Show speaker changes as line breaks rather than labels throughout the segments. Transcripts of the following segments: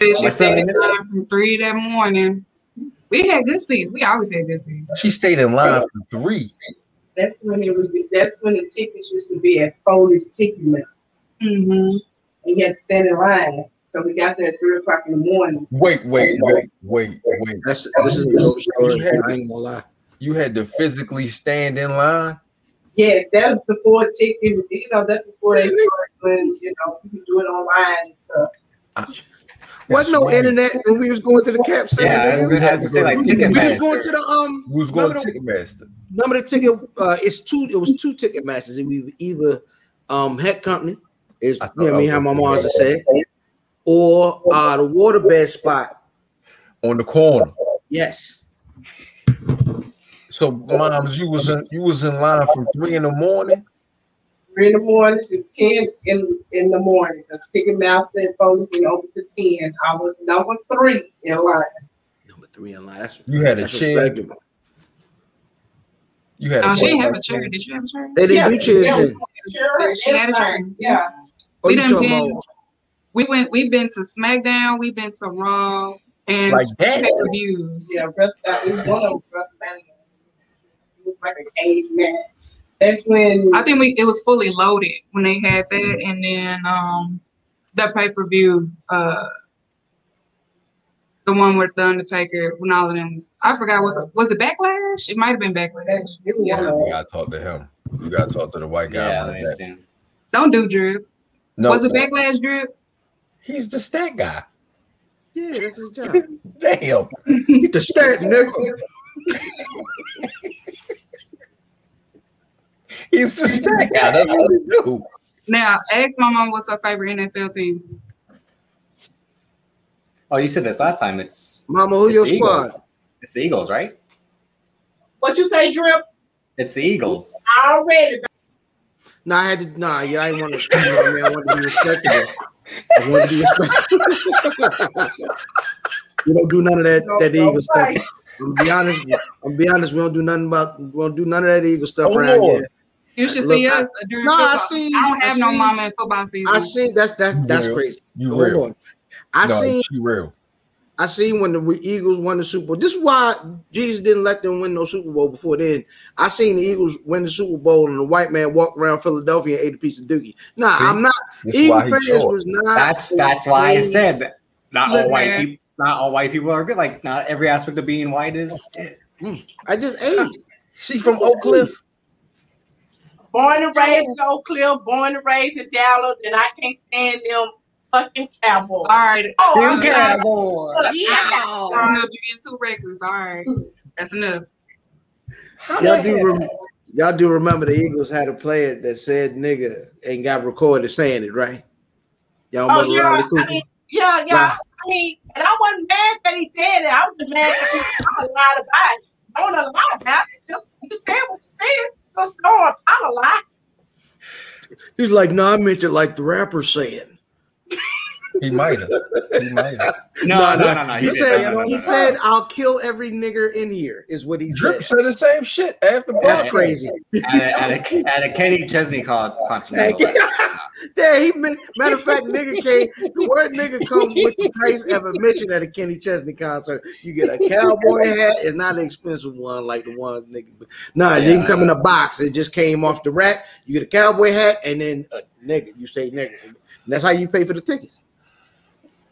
She
What's
stayed
up,
up from three that morning. We had good seats. We always had good seats.
She stayed in line for three.
That's when it would be. That's when the tickets used to be at Foley's Ticket Mill.
Mm-hmm.
And you had to stand in line. So we got there at three o'clock in the morning.
Wait, wait, wait, Oh, wait, wait.
That's this is the old story. I ain't gonna lie.
You had to physically stand in line.
Yes, that was before ticket. You know, that's before they
Mm-hmm.
started when you know you could do it online and stuff.
Wasn't no
That's right.
internet when we was going to the cap center.
Yeah, I was
nigga?
gonna have to say like
we was
Ticketmaster.
going to the um
We was going to
Remember the-
Ticketmaster.
number the ticket. Uh, it's two. It was two ticket matches. It was either um Heck Company is
I
you
thought
know what I mean
that
how my
was-
mom just said, or uh the waterbed spot.
on the corner.
Yes,
So, moms, you was in you was in line from three in the morning.
Three in the morning to ten in in the morning. Because Ticketmaster and Foley's been open to ten. I was number three in line.
number three in line. That's
You had a
that's
chair.
respectable.
You had.
Uh-huh.
Oh,
a
she didn't
chair.
have a chair. Did you have a chair?
They didn't do chairs.
yeah,
then.
Sure,
She had a
everybody,
train.
Yeah.
Oh,
We
you
done
talking
been-
about?
We went. We've been to SmackDown. We've been to Raw and
Like that?
reviews.
Yeah, Russ got it was one of WrestleMania. It was like a cage match. That's when
I think we it was fully loaded when they had that,
Mm-hmm.
and then um the pay per view, uh the one with the Undertaker when all of them was. I forgot what was it Backlash? It might have been Backlash.
that's- it was one of-
You gotta talk to him. You gotta talk to the white guy.
Yeah,
about
I
that.
understand.
Don't do drip.
No,
was it Backlash drip?
he's the stat guy.
Yeah, that's his job.
Damn.
Get the stat, nigga.
He's the stat guy. That's what he do.
Now ask my mom what's her favorite NFL team.
Oh, you said this last time. It's
Mama, who
it's
your
the Eagles.
squad?
It's the Eagles, right?
what you say, Drip?
It's the Eagles.
I already
Nah, I had to. Nah, yeah, I didn't want to. You know what I mean? I wanted to be respectable. I wanted to be respectable. we don't do none of that.
know
that Eagle stuff.
nobody.
I'm gonna be honest. I'm gonna be honest. We don't do nothing about. We don't do none of that Eagle stuff
Oh,
around
Lord.
here.
You should
Look,
see
I-
us during
No, I
football. I,
seen-
don't have
I
no
seen-
mama in football season.
I see. That's that's that's
Yeah.
crazy.
You
Hold
real.
on. I
no,
seen.
you real.
I seen when the Eagles won the Super Bowl. This is why Jesus didn't let them win no Super Bowl before then. I seen the Eagles win the Super Bowl and the white man walked around Philadelphia and ate a piece of dookie. Nah,
See?
I'm not.
That's
Eagle
why he's
fans
short.
was not.
That's that's why I said not all
Look,
white
man.
people. Not all white people are good. Like not every aspect of being white is.
I just ate. it.
She from Oak Cliff.
Born and raised in Oak Cliff, born and raised in Dallas, and I can't stand them fucking cowboys.
All right.
Oh,
Two
I'm sorry.
Cowboys.
Look, I
That's enough. You're being too reckless. All right. That's enough.
Y'all do. Rem- y'all do remember the Eagles had a player that said "nigga" and got recorded saying it, right? Y'all
got-
remember
Oh, yeah,
Riley
I
Cooper?
mean, yeah, yeah.
Right.
I mean, and I wasn't mad that he said it. I was just mad that he I lied about it. Don't lie about it. Just you said what you said. So storm, I don't lie.
He's like, no, I meant it like the rapper saying.
He might have. He might have.
No, no, no, no.
He,
didn't.
said,
No, no, no,
he
no.
said, I'll kill every nigger in here, is what he
Drip
said.
said the same shit after
That's
Yeah.
crazy.
at a, at a, at a Kenny Chesney called concert.
Heck yeah. Yeah, he meant, matter of fact, nigga came, the word nigga comes with the price of admission at a Kenny Chesney concert. You get a cowboy hat, it's not an expensive one like the ones nigga. Nah, it didn't come in a box, it just came off the rack. You get a cowboy hat and then a nigga, you say nigga. And that's how you pay for the tickets.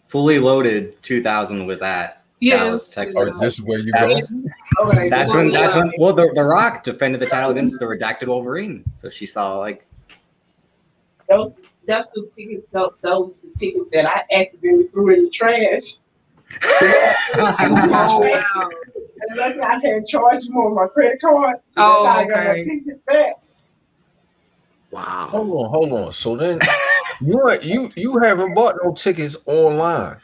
Fully loaded 2000 was at.
Yeah. it
Dallas, Texas.
Oh, is this where you go?
That's, that's when that's when well the, the Rock defended the title against the redacted Wolverine. So she saw like
those, that's the tickets. Those, those the tickets that I accidentally threw in the trash.
Oh,
That's
wow.
And luckily, I had charged them on my credit card. So
Oh,
that's how I got my
okay.
tickets back.
Oh,
Wow.
Hold on, hold on. So then you ain't- you you haven't bought no tickets online.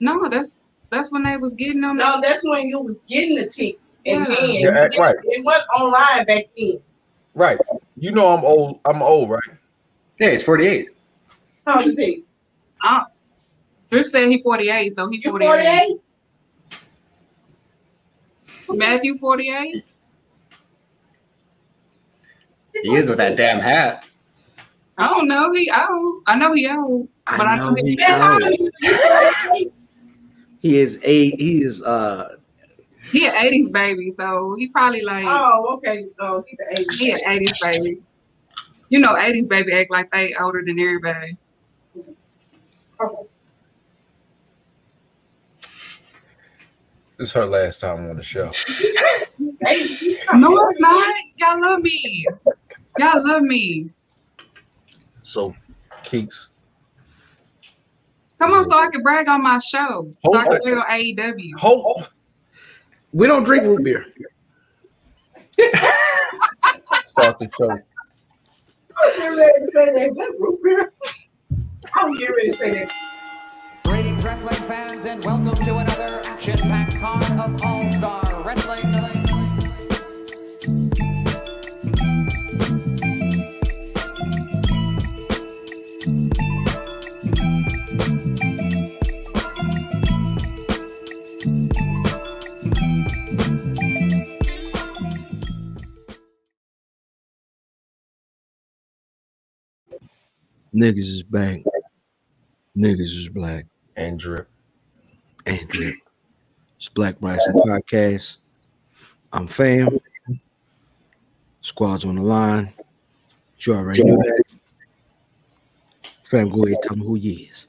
No, that's that's when they was getting them.
No, that's when you was getting the ticket. And
Yeah.
then
Yeah, act right.
it was online back then.
Right. You know I'm old. I'm old, right?
yeah, he's 48.
How old is he?
Drip said he 48, so he's
You
48.
48?
Matthew 48.
He is with that damn hat.
I don't know. He old. I know he old, but I know, he.
How old
old.
you think
uh, He is eight. He is uh
He an eighties baby, so he probably like
Oh, okay. Oh, he's an eighty.
he an eighties baby. You know, eighties baby act like they older than everybody.
This is her last time on the show.
He's eighty.
No, it's not. Y'all love me. Y'all love me.
so
Keeks.
Come on, so I can brag on my show. So I can E brag on AEW.
Hope
we don't drink root beer.
start the show.
I was getting ready to say that. Is that root beer? I was getting ready to say that.
Greetings, wrestling fans, and welcome to another action-packed card of All-Star Wrestling.
Niggas is bang. Niggas is black.
And drip.
And drip. It's Black Rising Podcast. I'm fam. Squad's on the line. You already know that. Fam, go ahead, tell me who you is.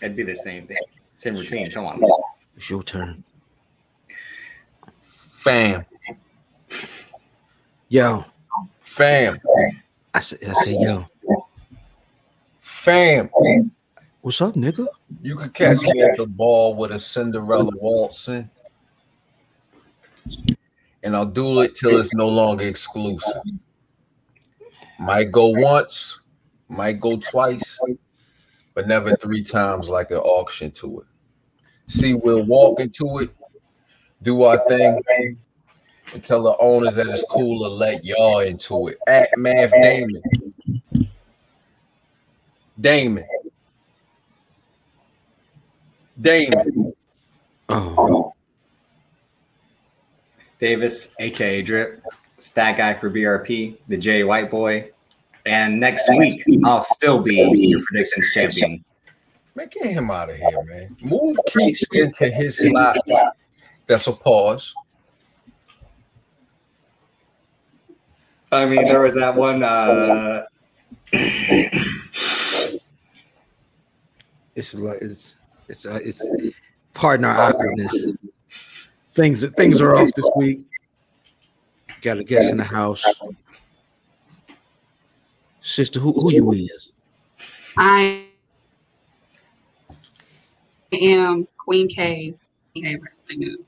That'd be the same thing. Same routine. Come on.
It's your turn.
Fam.
Yo.
Fam.
I said, I said, yo.
Fam.
What's up, nigga?
You could catch me at the ball with a Cinderella waltzing. And I'll do it till it's no longer exclusive. Might go once, might go twice, but never three times like an auction to it. See, we'll walk into it, do our thing, and tell the owners that it's cool to let y'all into it. At Math Damon. Damon. Damon.
Oh,
Davis, aka Drip, Stat Guy for BRP, the J White Boy, and next week I'll still be your predictions champion.
Man, get him out of here, man. Move Keeks into his slot. That's a pause.
I mean, there was that one. Uh,
it's like it's it's uh, it's, it's pardon our awkwardness. Things things are off this week. Got a guest in the house. Sister, who who you is?
I am Queen K. K Wrestling News.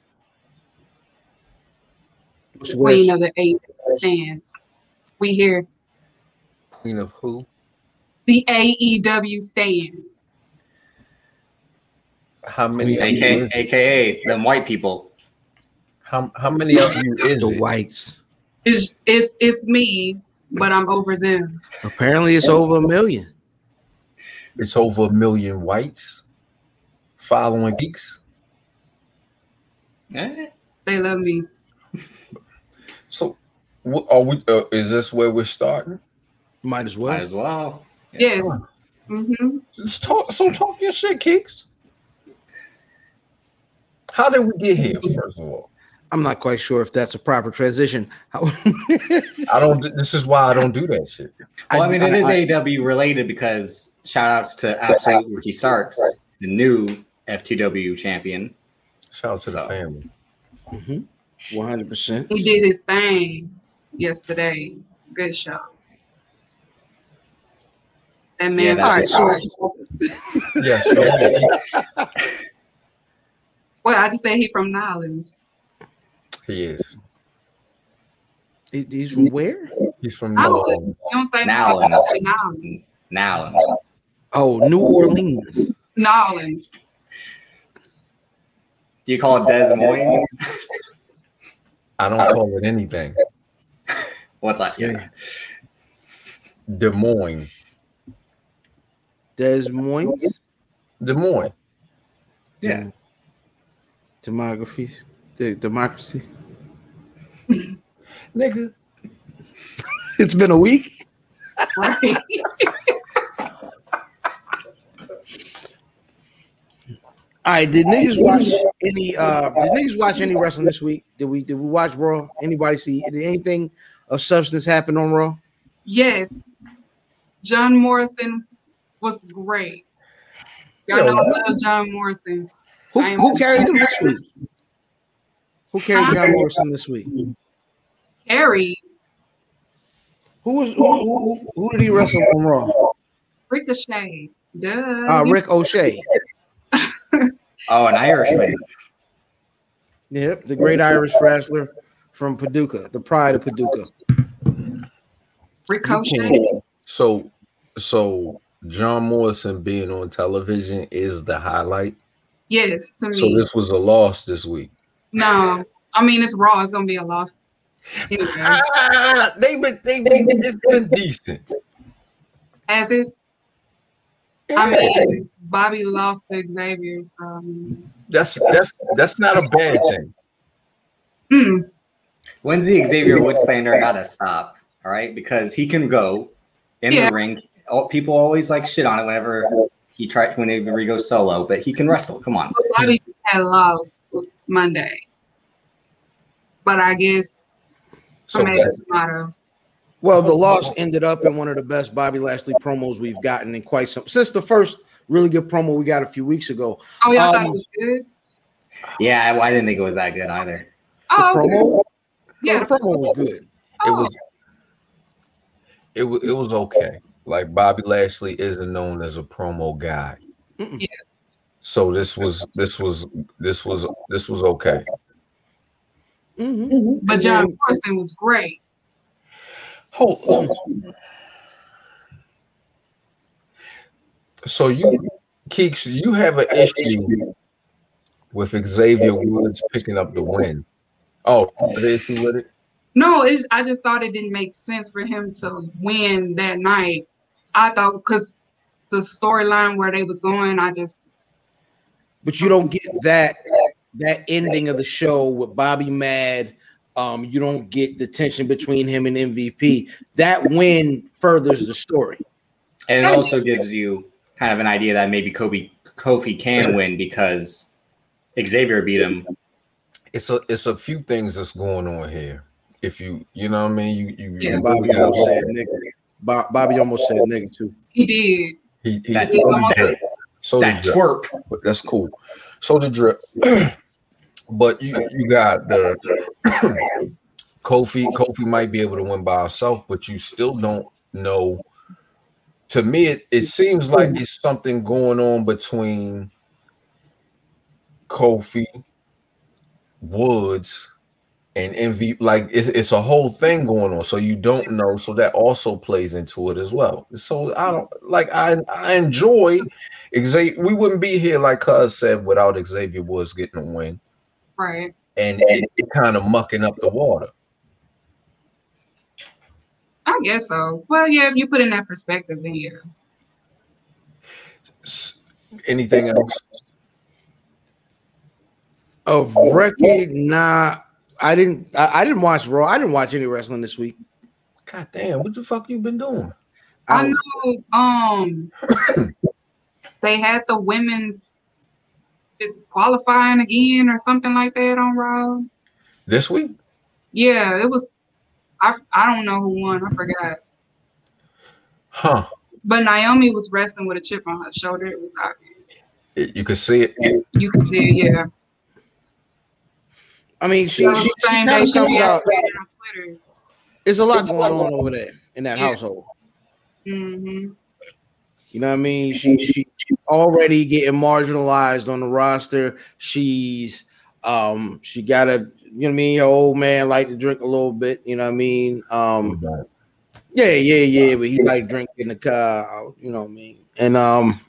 What's the
Queen
website?
of the eight fans. We here.
Queen of who?
The AEW stands.
How many? Of you
aka,
is it?
aka them white people.
How, how many of you is
The
it?
Whites.
It's it's it's me, but I'm over them.
Apparently, it's over a million.
It's over a million whites following geeks.
Eh,
They love me.
So, wh- are we? Uh, is this where we're starting?
Might as
might
well.
as well.
Yes. Mm-hmm.
Let's talk. So talk your shit, Keeks. How did we get here? First of all,
I'm not quite sure if that's a proper transition. How-
Mm-hmm.
I don't. This is why I don't do that shit.
Well, I mean, it is
I-
AEW related because shout outs to Absolute Ricky Starks, the new FTW champion.
Shout out to the
So.
family.
Mhm. 100%.
He did his thing yesterday. Good show. That man.
that-
was
All right,
awesome.
Yes. go ahead.
Well, I just said he from Nolens.
he is.
He- He's from where?
He's from
I
New
would-
Orleans.
You don't say
Nolens.
Nolens. say Nolens.
Now,
Oh, New Orleans.
Nolens.
do you call it Des Moines?
I don't call it anything.
What's that?
Yeah.
Des Moines.
Des Moines.
Des Moines.
Yeah.
Demography. The democracy.
Nigga.
It's been a week.
Right.
All right, did niggas watch any? uh Did niggas watch any wrestling this week? Did we? Did we watch Raw? Anybody see did anything of substance happen on Raw?
Yes, John Morrison was great. Y'all
Yeah.
know I love John Morrison.
Who,
I am-
who carried him this week? Who carried John Morrison this week?
Harry
Who was who? Who, who, who did he wrestle on Raw?
Ricochet. Duh. Um,
Uh, Rick O'Shea.
Oh, an Irishman.
Yep, the great Irish wrestler from Paducah, the pride of Paducah.
Ricochet.
So, so John Morrison being on television is the highlight.
Yes, to me.
So this was a loss this week.
no, I mean it's raw. It's gonna be a loss. Anyway,
Ah, they've been they've been, it's been decent.
as it, I mean, Bobby lost to Xavier. Um,
That's that's that's not a bad thing.
mm,
When's the Xavier Woods slander got to stop? All right, because he can go in
Yeah.
the ring. All, people always like shit on it whenever he tried whenever he goes solo, but he can wrestle. Come on.
but Bobby had lost Monday, but I guess
So
tomato
that,
tomato.
Well, the loss ended up in one of the best Bobby Lashley promos we've gotten in quite some since the first really good promo we got a few weeks ago.
Oh, y'all thought
Um,
it was good.
Yeah, I, I didn't think it was that good either.
The
Oh, okay.
promo, yeah,
yeah.
the promo was good.
it
Oh,
was it was it was okay. Like Bobby Lashley isn't known as a promo guy.
Mm-mm.
Yeah.
So this was this was this was this was okay.
Mhm.
but John Morrison was great.
Hold on. So you, Keeks, you have an issue with Xavier Woods picking up the win. Oh, the issue with it?
No, it's, I just thought it didn't make sense for him to win that night. I thought because the storyline where they was going, I just
But you don't get that that ending of the show with Bobby mad. Um, you don't get the tension between him and MVP. That win furthers the story.
And it also gives you kind of an idea that maybe Kobe Kofi can win because Xavier beat him.
It's a it's a few things that's going on here. If you you know what I mean, you you,
Yeah,
you
Bobby
really
almost
gotta-
said nigga. Bo- Bobby almost said nigga too.
he did.
he, he,
That-
that, so did
That
Jeff.
twerp.
but that's cool. So the drip, but you you got the Kofi. Kofi might be able to win by himself, but you still don't know. To me, it, it seems like it's something going on between Kofi Woods and MV. Like it's, it's a whole thing going on, so you don't know. So that also plays into it as well. So I don't like I I enjoy Xavier, we wouldn't be here like Cuz said without Xavier Woods getting a win
Right.
and it, kind of mucking up the water.
I guess so. Well, yeah, if you put it in that perspective, then yeah.
S- Anything else?
of record. Nah, I didn't. I, I didn't watch Raw. I didn't watch any wrestling this week.
God damn, what the fuck you been doing?
I
I,
know. Um, they had the women's qualifying again or something like that on Raw.
This week?
Yeah, it was. I I don't know who won. I forgot.
Huh.
But Naomi was wrestling with a chip on her shoulder. It was obvious.
It- you can see it.
You could see, it, yeah.
I mean, she,
That was
she,
the same
kind
day
of
she
comes out.
reacted on Twitter.
There's a lot going on over there in that
Yeah.
household.
hmm
You know what I mean? She she already getting marginalized on the roster. She's um she got a you know what I mean. Her old man like to drink a little bit. You know what I mean? Um yeah yeah yeah, but he like drink in the car. You know what I mean? And um.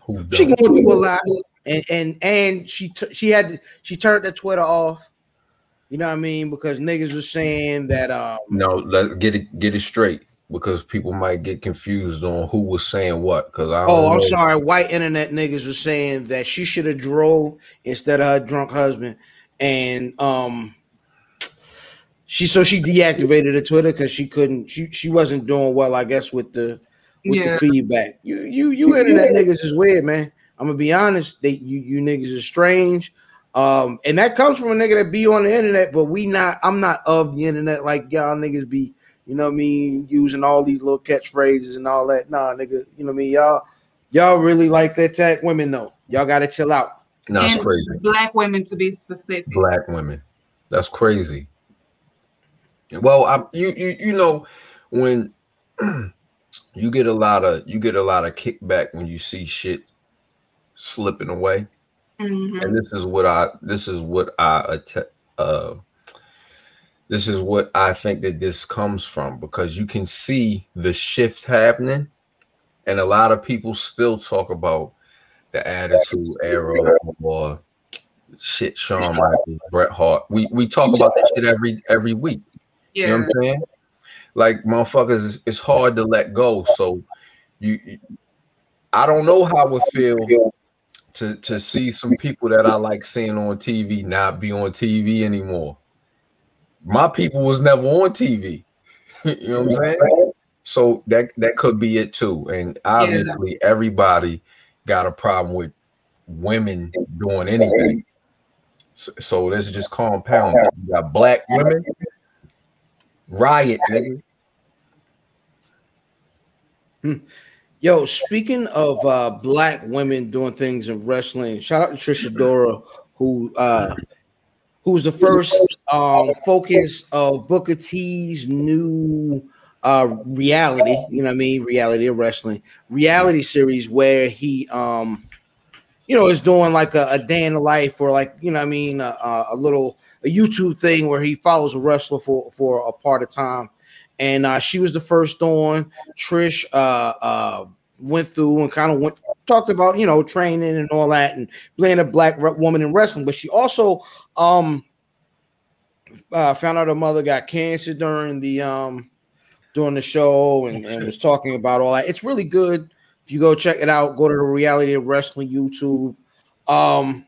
Who
She
done?
going through a lot, and and and she t- she had she turned the Twitter off. You know what I mean? Because niggas was saying that um
No, let get it get it straight because people might get confused on who was saying what. Because I don't
oh I'm
know.
sorry, white internet niggas was saying that she should have drove instead of her drunk husband, and um She so she deactivated her Twitter because she couldn't. She she wasn't doing well, I guess, with the with
Yeah.
the feedback. You you you internet niggas is weird, man. I'm gonna be honest. They you you niggas is strange. Um, and that comes from a nigga that be on the internet, but we not. I'm not of the internet like y'all niggas be. You know what I mean? Using all these little catchphrases and all that. Nah, nigga. You know what I mean? Y'all y'all really like to attack women though. Y'all gotta chill out.
No, it's
And
crazy.
Black women to be specific.
black women. That's crazy. Well, I you you you know when you get a lot of you get a lot of kickback when you see shit slipping away,
Mhm.
and this is what I this is what I att- uh this is what I think that this comes from because you can see the shift happening, and a lot of people still talk about the attitude era or shit Shawn Michaels, Bret Hart. We we talk about that shit every every week.
Yeah.
You know what I'm saying? Like motherfuckers, it's, it's hard to let go. So you, you- I don't know how it feel to to see some people that I like seeing on TV not be on TV anymore. My people was never on TV. you know what I'm saying? So that that could be it too. And obviously, everybody got a problem with women doing anything. So, so this is just compound. You got black women riot, nigga.
Yo, speaking of uh, black women doing things in wrestling, shout out to Trisha Dora, who uh, who's the first um, focus of Booker T's new uh, reality. You know what I mean? Reality of wrestling, reality series where he, um, you know, is doing like a, a day in the life or like you know what I mean a, a- a little a YouTube thing where he follows a wrestler for for a part of time. And uh, she was the first on. Trish uh, uh, went through and kind of went talked about you know training and all that and being a black re- woman in wrestling, but she also um, uh, found out her mother got cancer during the um, during the show and, and was talking about all that. It's really good if you go check it out. Go to the Reality of Wrestling YouTube. Um,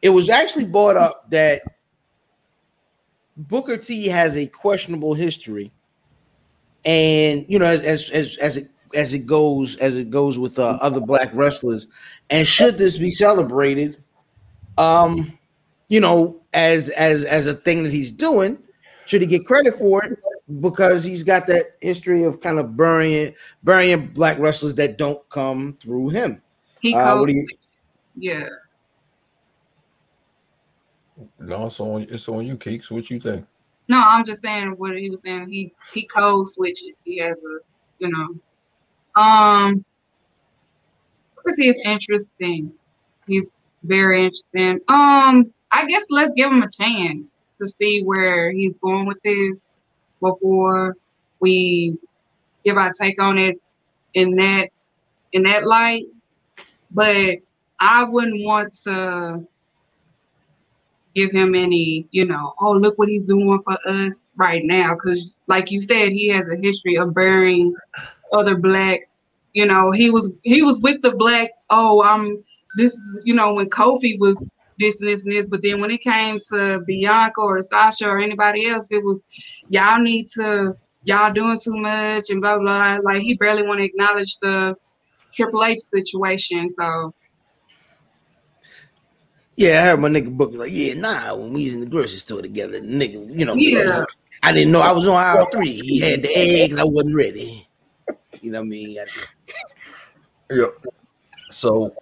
it was actually brought up that Booker T has a questionable history and you know as as as, as it as it goes as it goes with uh, other black wrestlers and should this be celebrated um you know as as as a thing that he's doing should he get credit for it because he's got that history of kind of burying burying black wrestlers that don't come through him
He
Uh, what
called.
do you-
yeah.
No, it's on it's on you, Keeks. What you think?
No, I'm just saying what he was saying. He he code switches. He has a you know. Um because he's interesting. He's very interesting. Um, I guess let's give him a chance to see where he's going with this before we give our take on it in that in that light. But I wouldn't want to give him any, you know, oh, look what he's doing for us right now. Because, like you said, he has a history of burying other black. You know, he was he was with the black. Oh, I'm this is you know when Kofi was this and this and this, but then when it came to Bianca or Sasha or anybody else, it was y'all need to y'all doing too much and blah blah. blah. Like he barely want to acknowledge the Triple H situation. So
yeah i heard my nigga book like yeah nah when we was in the grocery store together nigga you know
Yeah.
i didn't know i was on aisle three he had the eggs i wasn't ready you know what i mean I-
Yeah. So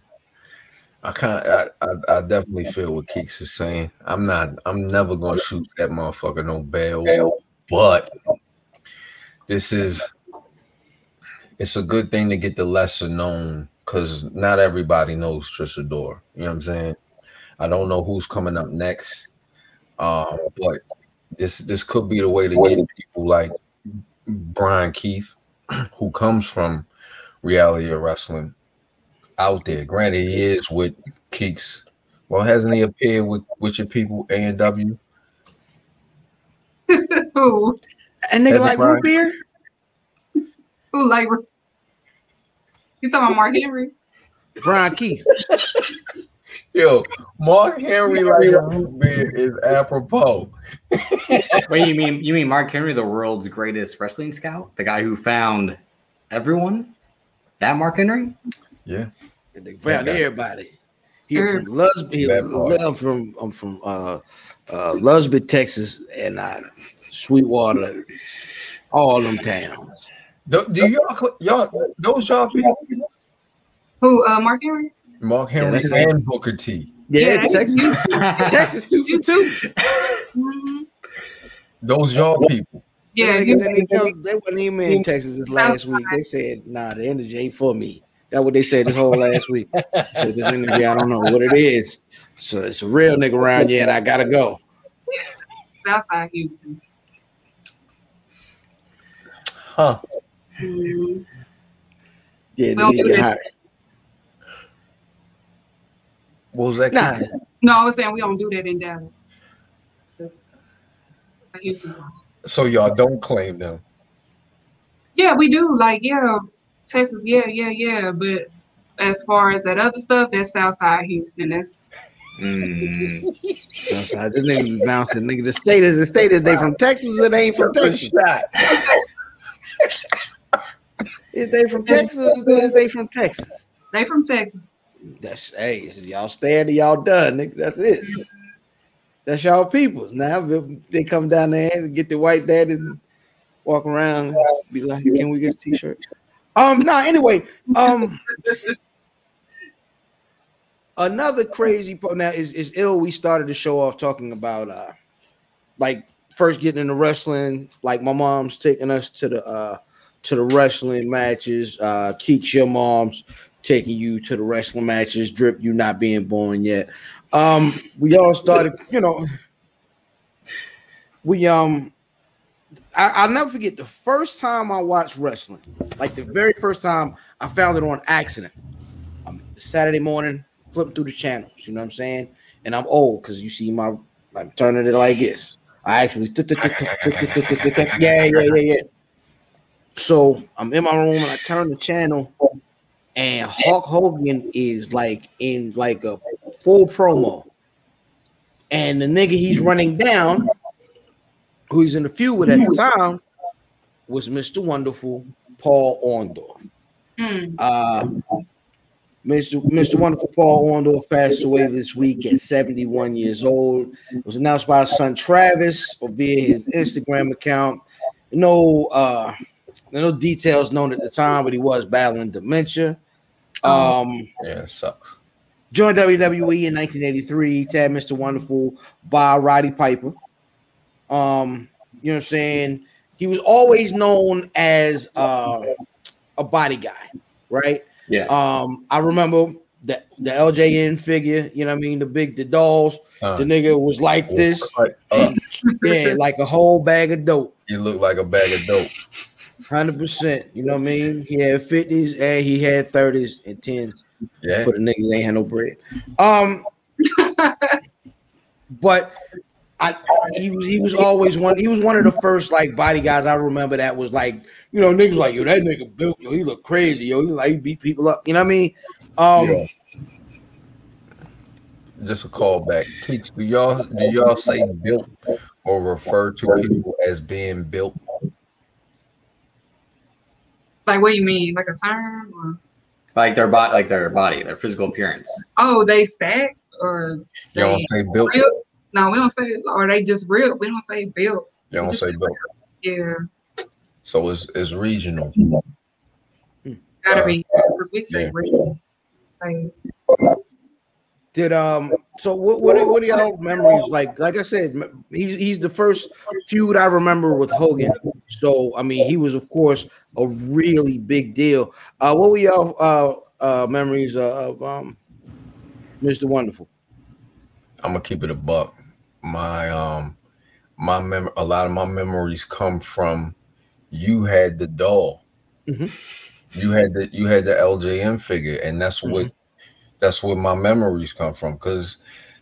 I kind of I, I, I definitely feel what Keeks is saying. I'm not I'm never gonna shoot that motherfucker no bail, but this is it's a good thing to get the lesser known because not everybody knows Trisha Dora. You know what I'm saying? I don't know who's coming up next. Um, but this this could be the way to get people like Brian Keith, who comes from reality of wrestling out there. Granted, he is with Keeks. Well, hasn't he appeared with, with your people A and W?
who
And nigga
That's
like
right.
root beer?
who like you talking about Mark Henry?
Brian Keith.
Yo, Mark Henry like a root beer is apropos.
Wait, you mean you mean Mark Henry, the world's greatest wrestling scout, the guy who found everyone? That Mark Henry?
Yeah.
And they found
Okay.
everybody. He from
Mm.
Lusby. he-
That part.
I'm from I'm from uh, uh, Lusby, Texas, and I Sweetwater, all them towns.
Do, do y'all cl- y'all those y'all people?
Who? Uh, Mark Henry?
Mark
Yeah,
Henry
that's-
and Booker T.
Yeah.
Yeah, Texas, Texas two for two.
Mhm.
Those y'all people.
Yeah,
they,
he was,
they, they, they weren't even in Texas this last week. They said, "Nah, the energy ain't for me." That's what they said this whole last week. So this energy, I don't know what it is. So it's a real nigga around here, and I gotta go.
Southside Houston.
Huh.
Mhm.
Yeah,
Don't
they
do
get
this.
hot.
What was that?
Nah,
No, I was saying we don't do that in Dallas. That's a Houston. problem.
So y'all don't claim them.
Yeah, we do. Like, yeah, Texas. Yeah, yeah, yeah. But as far as that other stuff, that's Southside Houston. That's
Mm.
I'm sorry, this nigga be bouncing. Nigga, the state is the state is they from Texas or they ain't from Texas. Is they from Texas or is they from Texas?
they from Texas.
That's hey, y'all stand or y'all done, nigga. That's it. That's y'all people. Now if they come down there and get the white daddy and walk around and be like, Can we get a t-shirt? Um, no, anyway, um another crazy part now is is ill. We started the show off talking about uh like first getting into wrestling, like my mom's taking us to the uh to the wrestling matches, uh Keeks your mom's taking you to the wrestling matches, drip you not being born yet. Um we all started, you know, we um I, I'll never forget the first time I watched wrestling, like the very first time I found it on accident. Um, Saturday morning, flipping through the channels, you know what I'm saying? And I'm old because you see my I'm turning it like this. I actually yeah, yeah, yeah, yeah. So I'm in my room and I turn the channel, and Hulk Hogan is like in like a full promo. And the nigga he's running down, who he's in the feud with at the time, was Mr. Wonderful Paul Orndorff.
Mm.
Uh, Mr. Mr. Wonderful Paul Orndorff passed away this week at 71 years old. It was announced by his son Travis via his Instagram account. No, uh, no details known at the time, but he was battling dementia. Um,
Yeah, it sucks.
joined WWE E in 1983, tagged Mr. Wonderful by Roddy Piper. Um, you know what I'm saying? He was always known as uh, a body guy, right?
Yeah.
Um, I remember the the LJN figure. You know what I mean? The big the dolls. The
Uh,
nigga was like this,
cut up.
yeah, like a whole bag of dope,
You look like a bag of dope.
hundred percent. You know what I mean? He had fifties and he had thirties and tens
Yeah.
for the niggas that ain't had no bread. Um, but I he was he was always one. He was one of the first like body guys I remember that was like you know niggas like yo that nigga built yo he look crazy yo he like he beat people up. You know what I mean? Um,
Yeah. Just a callback. Teach, do y'all do y'all say built or refer to people as being built?
Like, what do you mean? Like a term? Or,
Like their body, like their body, their physical appearance.
oh, they stack or
You don't
they
say built.
real? No, we don't say. Or they just real. We don't say built.
You don't say built.
Yeah,
So it's it's regional.
gotta be because we say
Yeah.
real. Like,
Did um so what what are, what are y'all memories like? Like I said, m- he's he's the first feud I remember with Hogan. So I mean, he was of course a really big deal. Uh, what were y'all uh, uh, memories of um, Mr. Wonderful?
I'm gonna keep it a buck. My um my mem a lot of my memories come from you had the doll.
Mhm.
You had the you had the LJN figure, and that's
Mm-hmm.
what that's where my memories come from. Cause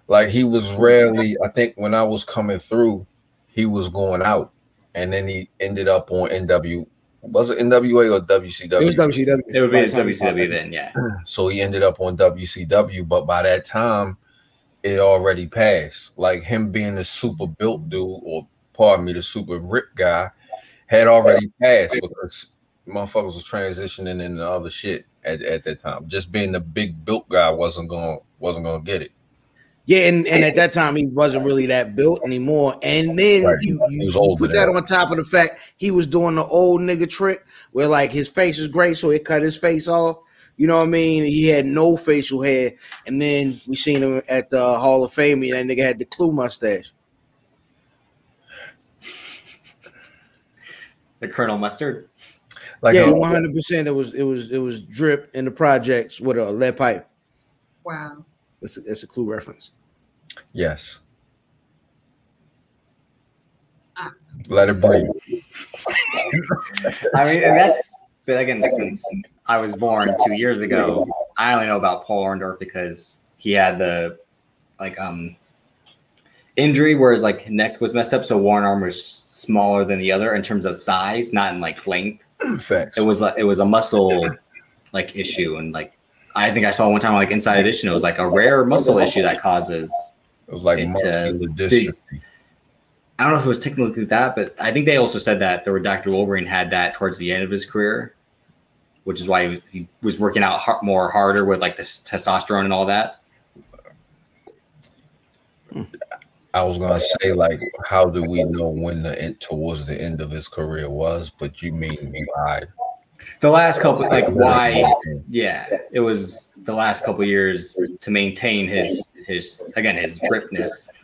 like he was rarely, I think when I was coming through, he was going out, and then he ended up on NW Was it NWA or WCW?
It was WCW.
It would be his WCW then, yeah.
So he ended up on WCW, but by that time, it already passed. Like him being a super built dude, or pardon me, the super rip guy, had already passed because motherfuckers was transitioning into other shit at, at that time. Just being the big built guy wasn't going to wasn't gonna get it.
Yeah, and, and at that time he wasn't really that built anymore. And then
Right.
you,
He
you
was older
put
than
that on top of the fact he was doing the old nigga trick where like his face is great, so it cut his face off. You know what I mean? He had no facial hair, and then we seen him at the Hall of Fame, and that nigga had the clue mustache.
The Colonel Mustard.
Like
yeah,
a-
one hundred percent. It was it was it was drip in the projects with a lead pipe.
Wow.
That's a, that's a clue reference.
yes.
Ah.
Let it breathe.
I mean, and that's but again since I was born two years ago. I only know about Paul Orndorff because he had the like um injury where his like neck was messed up, so one arm was smaller than the other in terms of size, not in like length.
Facts.
It was like it was a muscle like issue, and like I think I saw one time like Inside Edition, it was like a rare muscle issue that causes.
It was like
It, uh,
muscular
did-
dystrophy.
I don't know if it was technically that, but I think they also said that the Dr. Wolverine had that towards the end of his career, which is why he was, he was working out har- more harder with like this testosterone and all that.
I was gonna say like, how do we know when the end towards the end of his career was? But you mean why?
The last couple, like why? Yeah, it was the last couple years to maintain his his again his ripness.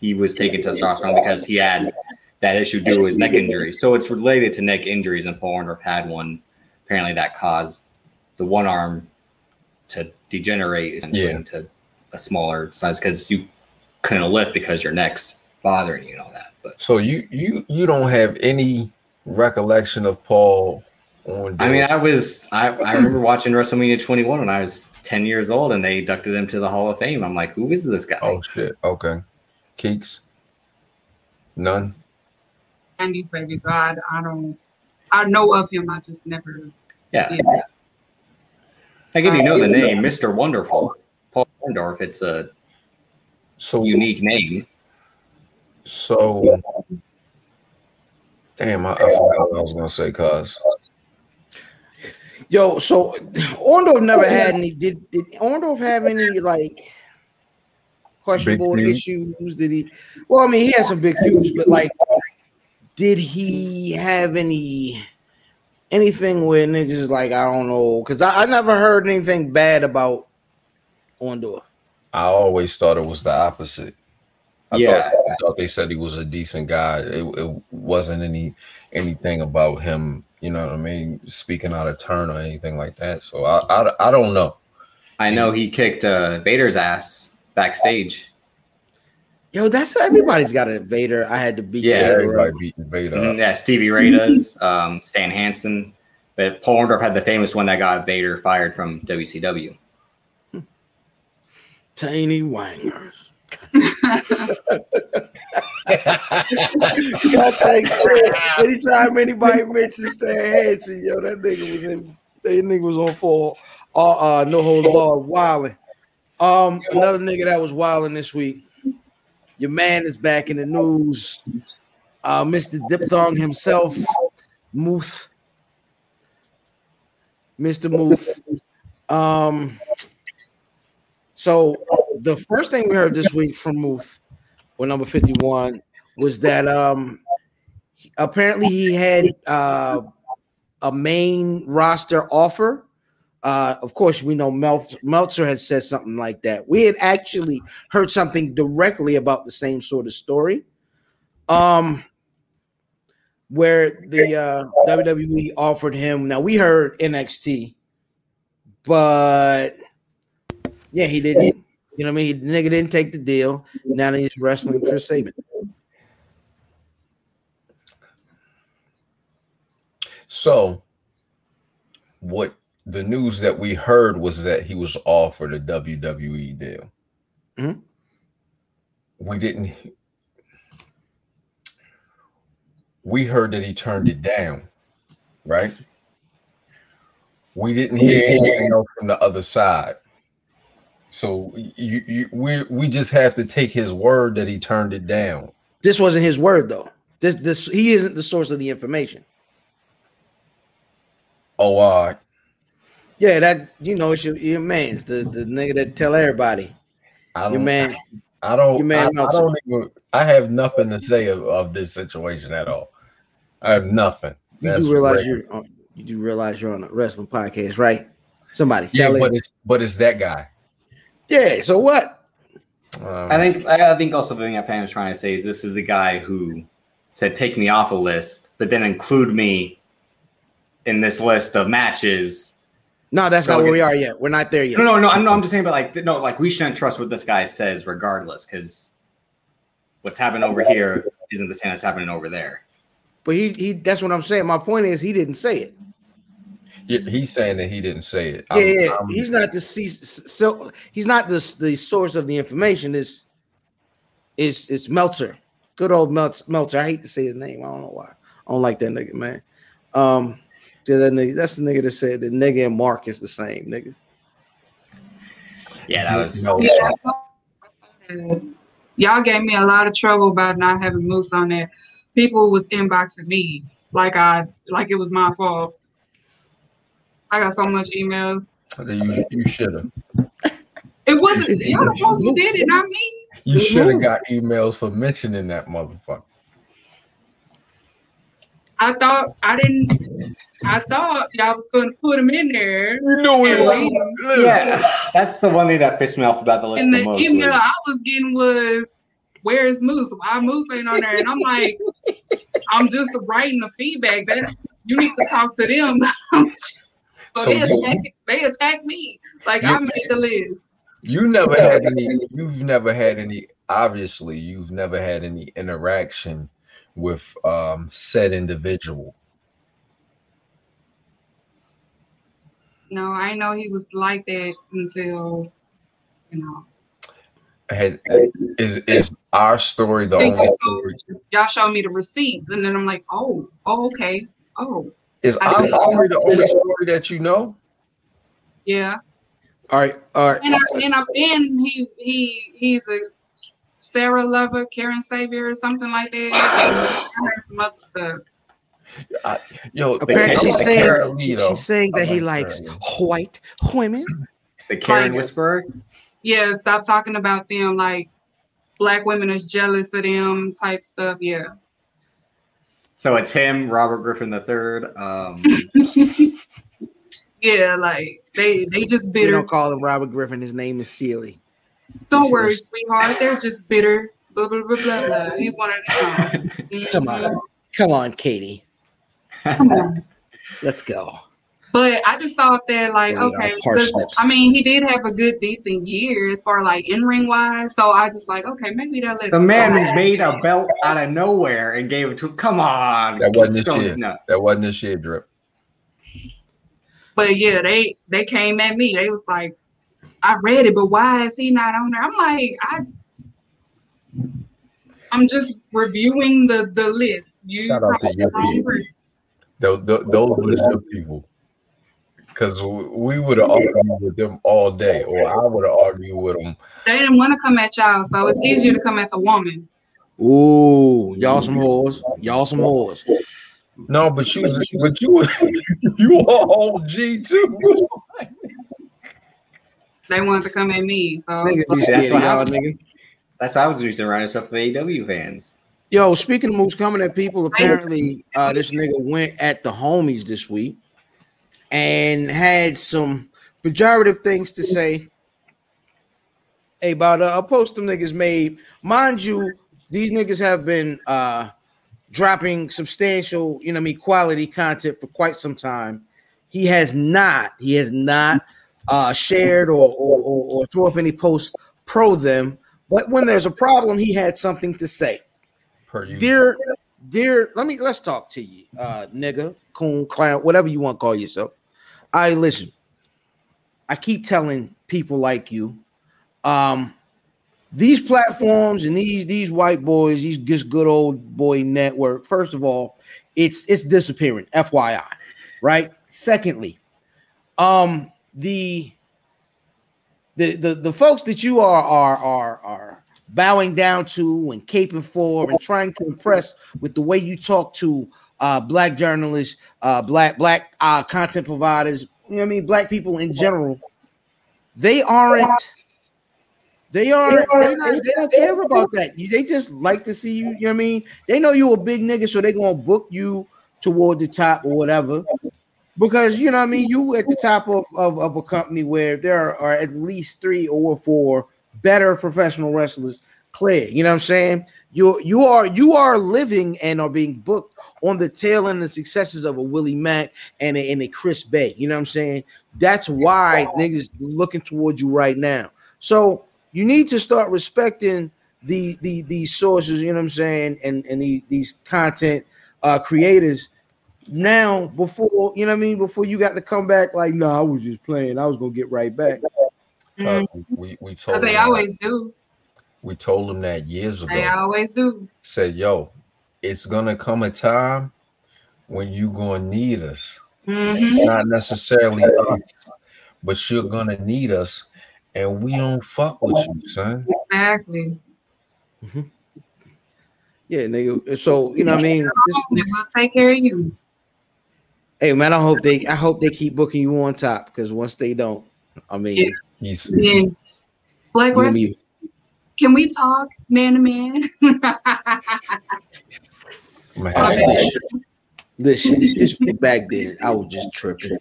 He was taking testosterone because he had that issue due to his neck injury. So it's related to neck injuries, and Paul Orndorff had one apparently that caused the one arm to degenerate essentially
Yeah.
into a smaller size because you couldn't lift because your neck's bothering you and all that. But
So you you you don't have any recollection of Paul on?
I mean, I was I, I remember watching WrestleMania 21 when I was 10 years old, and they inducted him to the Hall of Fame. I'm like, who is this guy?
oh shit. Okay, Keeks. None.
And these babies, I, I don't, I know of him. I just never.
yeah.
Yeah.
Like if you know the name, Mr. Wonderful, Paul Orndorff, it's a
So
unique name.
So. Damn, I, I forgot what I was gonna say, cause
Yo, so Orndorff never had any. Did did Orndorff have any like questionable
Big
issues? Did he? Well, I mean, he had some big feuds, but like, did he have any anything where niggas is like I don't know? Because I, I never heard anything bad about Orndorff.
I always thought it was the opposite. I
Yeah.
thought, I thought they said he was a decent guy. It, it wasn't any anything about him, you know what I mean, speaking out of turn or anything like that. So I I, I don't know.
I know he kicked uh, Vader's ass backstage.
Yo, that's everybody's got a Vader. I had to beat.
Yeah,
Vader up.
Everybody beating Vader.
Mhm, Yeah, Stevie Ray does, um, Stan Hansen. But Paul Orndorff had the famous one that got Vader fired from WCW.
Tiny wangers. Anytime anybody mentions Stan Hansen, yo, that nigga was in, that nigga was on for uh, uh no hold barred wilding. Um, another nigga that was wilding this week. Your man is back in the news. Uh, Mr. Diphthong himself, Muth. Mr. Muth. Um, so the first thing we heard this week from Muth, or number 51, was that um apparently he had uh a main roster offer. Uh, of course, we know Meltzer, Meltzer had said something like that. We had actually heard something directly about the same sort of story, um, where the uh, WWE offered him. Now we heard NXT, but yeah, he didn't. You know what I mean? The nigga didn't take the deal. Now he's wrestling Chris Saban.
So what the news that we heard was that he was offered a WWE E deal.
Mhm.
We didn't we heard that he turned it down. right? We didn't hear anything else from the other side. So you, you, we we just have to take his word that he turned it down.
This wasn't his word though. This this he isn't the source of the information.
Oh, all right.
Yeah, that you know, it's your, your man's the, the nigga that tell everybody.
I
Your
don't-
man,
I don't.
Your man
I, I
Nelson.
don't even. I have nothing to say of, of this situation at all. I have nothing.
you do realize you're on, you do realize you're on a wrestling podcast, right? Somebody
Yeah,
tell
but
him.
it's but it's that guy.
Yeah, so what?
Um,
I think I I think also the thing that Pam was trying to say is this is the guy who said take me off a list, but then include me in this list of matches.
No, that's
No,
not where
we-
we are yet. We're not there yet.
No, no, no. I'm, no, I'm just saying, but like, no, like we shouldn't trust what this guy says, regardless, because what's happening over here isn't the same as happening over there.
But he, he that's what I'm saying. My point is he didn't say it.
yeah, he's saying that he didn't say it.
Yeah,
I'm-
yeah.
I'm-
he's not the se- so he's not the the source of the information. Is is it's Meltzer, good old Meltzer. Meltzer. I hate to say his name. I don't know why. I don't like that nigga, man. Um, yeah, that nigga, that's the nigga that said the nigga and Mark is the same nigga.
Yeah, that was.
No.
Yeah, that's all- that's all that. Y'all gave me a lot of trouble by not having Moose on there. People was inboxing me like I like it was my fault. I got so much emails.
You, you should have.
It wasn't y'all the ones who did it, not me.
You
Mm-hmm.
should have got emails for mentioning that motherfucker.
I thought I didn't. I thought y'all was going to put him in there.
No,
And, like,
Yeah, that's the one thing that pissed me off about the list
and
the
the
most.
email
was-
I was getting was, "Where's Moose? Why Moose ain't on there?" And I'm like, "I'm just writing the feedback. That you need to talk to them." I'm just- so,
So
they
you-
attack, they attack me like I
You-
made the list.
You never had any. You've never had any. Obviously, you've never had any interaction with um said individual.
No, I know he was like that until you know.
Had, is is our story the
Thank
only
you so
story?
much. Y'all showed me the receipts, and then I'm like, "Oh, oh, okay, oh,
Is
I
our
see.
story the only story that you know?
yeah."
All right, all right.
and I, and I, and he he he's a Sarah lover, Karen Savior, or something like that. I heard some other stuff.
Yo,
Apparently
I
she's
like
saying-
Kara Lee, though.
She's saying
I
that he
like
likes
Karen.
white women.
the Karen
Kinda.
Whisperer.
Yeah, stop talking about them like black women is jealous of them type stuff. Yeah,
So it's him, Robert Griffin III. Um,
yeah, like they they just
We
bitter.
don't call him Robert Griffin. His name is Sealy.
Don't worry, sweetheart. They're just bitter. Blah blah blah blah. blah. He's one of them.
Come on, come on, Katie.
come on.
Let's go.
But I just thought that, like,
Really,
okay,
our
because,
parsnips.
I mean, he did have a good, decent year as far like in ring wise. So I just like, okay, maybe they'll let
the
this
man
slide.
who made a belt out of nowhere and gave it to. Come on,
That wasn't his
Stone-
shit.
No,
That wasn't this year, drip.
But yeah, they they came at me. They was like, I read it, but why is he not on there? I'm like, I. I'm just reviewing the the list. You
Shout out
talked
to
to the
your
wrong
people.
person.
Those, those, were the people. Because we would have argued with them all day, or I would have argued with them.
They didn't want to come at y'all, so it's easier to come at the woman.
Ooh, y'all some whores. Y'all some whores.
No, but you, but you, you all G too.
They wanted to come at me, so
Niggas be
That's
scared
what
of y'all,
happened.
nigga.
that's how I was using around stuff of AEW fans.
Yo, speaking of moves coming at people, apparently uh, this nigga went at the homies this week and had some pejorative things to say about uh, a post them niggas made. Mind you, these niggas have been uh, dropping substantial, you know, what I mean, quality content for quite some time. He has not, he has not uh, shared or, or, or, or throw up any posts pro them. But when there's a problem, he had something to say
Per you, uh,
dear dear let me let's talk to you uh nigga coon clown whatever you want to call yourself i listen i keep telling people like you um these platforms and these these white boys these this good old boy network first of all it's it's disappearing fyi right? Secondly, um, the the the, the folks that you are are are are bowing down to and caping for and trying to impress with the way you talk to uh black journalists, uh black black uh content providers, you know what I mean, black people in general, they aren't they aren't they, not, they don't care about that. You- They just like to see you, you know what I mean? They know you a big nigga, so they gonna book you toward the top or whatever. Because you know what I mean, you at the top of, of, of a company where there are, are at least three or four better professional wrestlers clear. You know what I'm saying? You you are you are living and are being booked on the tail end of the successes of a Willie Mack and a, and a Chris Bay. You know what I'm saying? That's why niggas looking towards you right now. So you need to start respecting the the these sources. You know what I'm saying? And and the, these content uh, creators now before you know what I mean. Before you got to come back like, no, I was just playing. I was gonna get right back.
Uh,
Mm-hmm.
we we told
Because they
him-
always do.
we told him that years ago.
They always do.
Said, yo, it's gonna come a time when you gonna need us.
Mhm.
Not necessarily us, but you're gonna need us, and we don't fuck with you, son.
Exactly.
Yeah, nigga. So you know what I mean. Just-
They're gonna Oh, take care of you.
Hey man, I hope they I hope they keep booking you on top because once they don't, I mean,
Yeah.
He's
Yeah. Black
you,
Rest,
you-
can we talk man to man?
man,
listen, this was back then I was just tripping.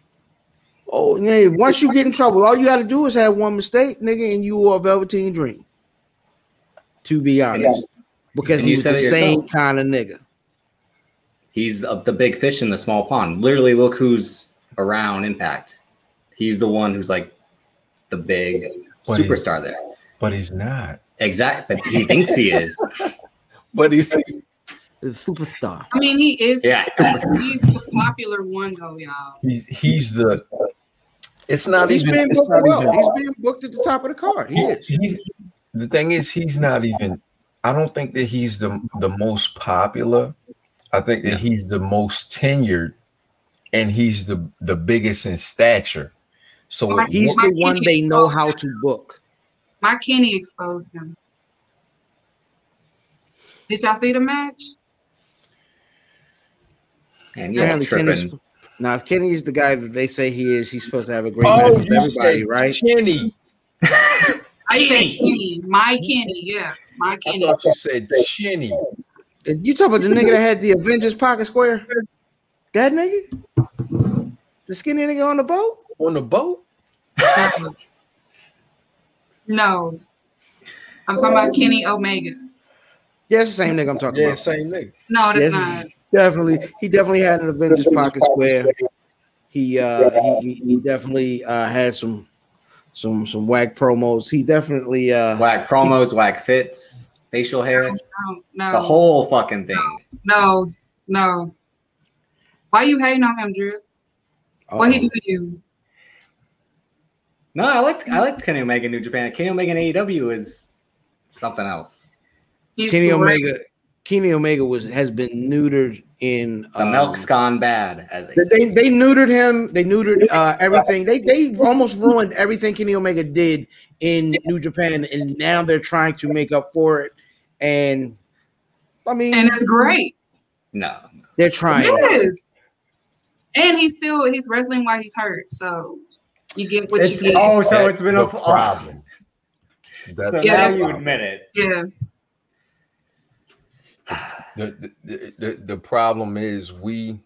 Oh yeah, once you get in trouble, all you got to do is have one mistake, nigga, and you are a Velveteen Dream. To be honest, because
And
he
you
was
said
the
it
same
yourself.
kind of nigga.
He's up the big fish in the small pond. Literally, look who's around Impact. He's the one who's like the big
What is-
superstar there.
but he's not.
Exactly. But he thinks he is.
But he's
The superstar.
I mean, he is.
Yeah.
He's the popular one though, y'all.
he's he's the. It's not
He's
even.
being
It's
booked
not
well.
even
He's being booked at the top of the card. He is.
he's the thing is he's not even i don't think that he's the the most popular i think that he's the most tenured and he's the the biggest in stature so it-
He's the one they know how to book.
My Kenny exposed him. Did y'all see the match?
And you're
Apparently, Kenny's,
tripping.
now if Kenny is the guy that they say he is, he's supposed to have a great match
oh
with
you
everybody,
said
right?
chinny
I said
Kenny.
Kenny. My Kenny. Yeah. My
i
Kenny.
thought you said chinny
Did You talk about the nigga that had the Avengers pocket square? That nigga? The skinny nigga on the boat?
on the boat
no. I'm talking about Kenny Omega.
Yeah, it's the same nigga I'm talking
yeah
about.
same nigga
No, that's
Yes.
not.
Definitely, he definitely had an Avengers pocket square. He uh he, he- he definitely uh had some some some whack promos. He definitely uh
Whack promos, whack fits, facial hair,
No, no.
the whole fucking thing.
No, no. Why you hating on him, Drew? What
um,
he do to you?
No, I liked I liked Kenny Omega in New Japan. Kenny Omega in AEW is something else.
He's
Kenny
great.
Omega Kenny Omega was has been neutered in
The
um,
milk's gone bad, as they
They,
say.
they they neutered him. They neutered uh, everything. They they almost ruined everything Kenny Omega did in New Japan, and now they're trying to make up for it. And I mean,
and it's great.
No,
they're trying.
Yes. And he's still he's wrestling while he's hurt, so you get what
It's-
you get.
oh, so
That's
it's been a
the
f-
problem
so
That's
Yeah,
now
that's-
you admit it.
yeah,
the, the, the, the problem is we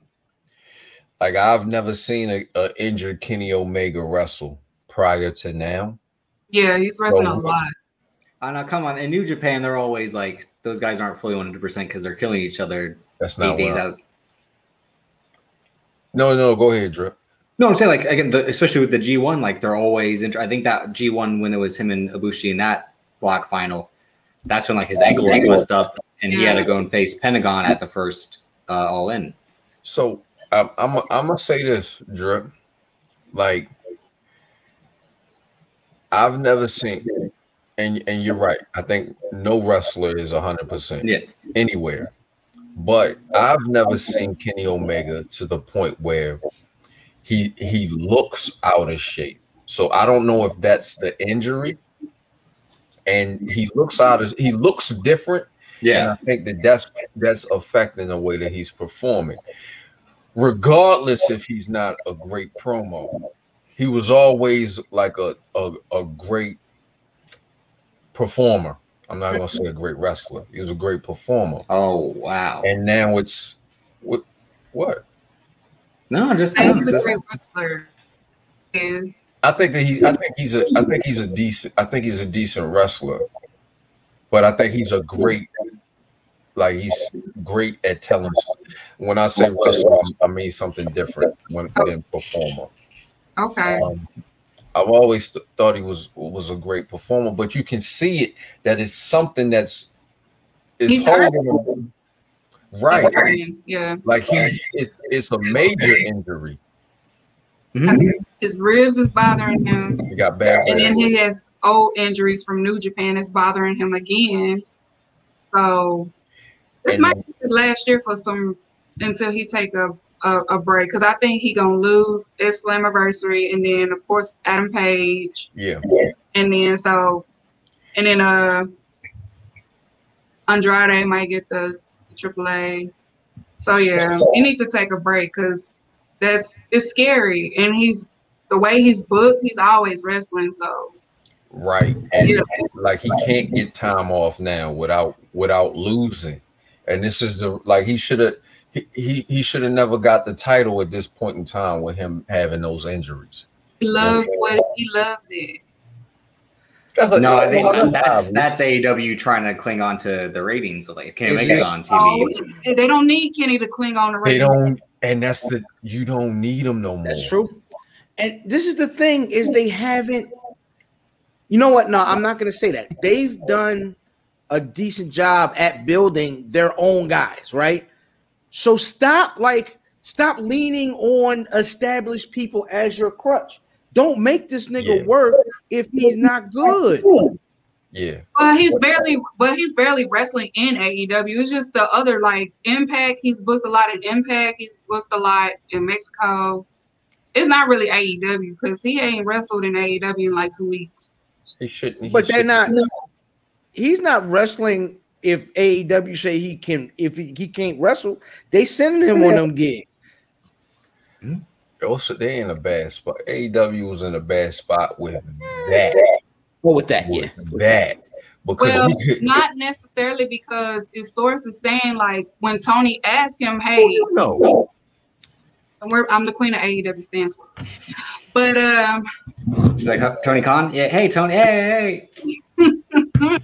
like I've never seen a, a injured Kenny Omega wrestle prior to now.
yeah, he's wrestling a lot.
Oh, now come on. In New Japan, they're always like those guys aren't fully 100 percent because they're killing each other
That's
eight
not
days
what I-
out.
No, no, go ahead, Drip.
No, I'm saying like again, the, especially with the G1, like they're always. Inter- I think that G1 when it was him and Ibushi in that block final, that's when like his ankle was messed up and he had to go and face Pentagon at the first uh, All In.
So I'm I'm I'm gonna say this, Drip. Like I've never seen, and and you're right. I think no wrestler is hundred percent
Yeah.
anywhere, but I've never seen Kenny Omega to the point where He he looks out of shape. So I don't know if that's the injury. And he looks out of he looks different. And
Yeah.
I think that that's that's affecting the way that he's performing. Regardless if he's not a great promo, he was always like a a, a great performer. I'm not gonna say a great wrestler. He was a great performer.
Oh wow.
And now it's what what?
No, just,
And he's a
just
great wrestler. Is
I think that he I think he's a I think he's a decent I think he's a decent wrestler. But I think he's a great like he's great at telling when I say wrestler, I mean something different when than performer.
okay.
Um, I've always th- thought he was was a great performer, but you can see it that it's something that's it's
He's
holding him.
He's
Right.
hurting. Yeah.
Like he's it's, it's a major injury.
mm-hmm.
His ribs is bothering him.
He got bad.
And then he has old injuries from New Japan that's bothering him again. So this
And-
might be his last year for some until he take a a, a break because I think he gonna lose at Slammiversary and then of course Adam Page
yeah.
and then so and then uh Andrade might get the AAA. So yeah, he need to take a break because that's it's scary and he's the way he's booked. He's always wrestling so.
Right. And
Yeah.
like he can't get time off now without without losing. And this is the like he should have he he, he should have never got the title at this point in time with him having those injuries.
He loves what he loves it.
That's a,
no, I think
that's
that's
not
that's AEW trying to cling on to the ratings. of, Like, can
It's
make it
just-
on
Oh,
TV?
they don't need Kenny to cling on the
they
radio.
don't and that's the you don't need him no more.
That's true. And this is the thing is they haven't. You know what? No, I'm not going to say that. They've done a decent job at building their own guys, right? So stop like stop leaning on established people as your crutch. Don't make this nigga
Yeah.
work if he's not good.
Yeah.
Well, he's barely, but he's barely wrestling in AEW. It's just the other like Impact. He's booked a lot in Impact. He's booked a lot in Mexico. It's not really AEW because he ain't wrestled in AEW in like two weeks.
He shouldn't he
But they're
shouldn't-
not. He's not wrestling. If AEW say he can, if he, he can't wrestle, they sending him on them gigs.
also they in a bad spot. AEW was in a bad spot with that.
What with that? Yeah.
With that. Because
Well,
he could,
not necessarily because his source is saying like when Tony asked him, "Hey,
no.
and we're, I'm the queen of AEW stands for," but um,
She's like, huh, Tony Khan. Yeah, hey Tony. Hey, hey.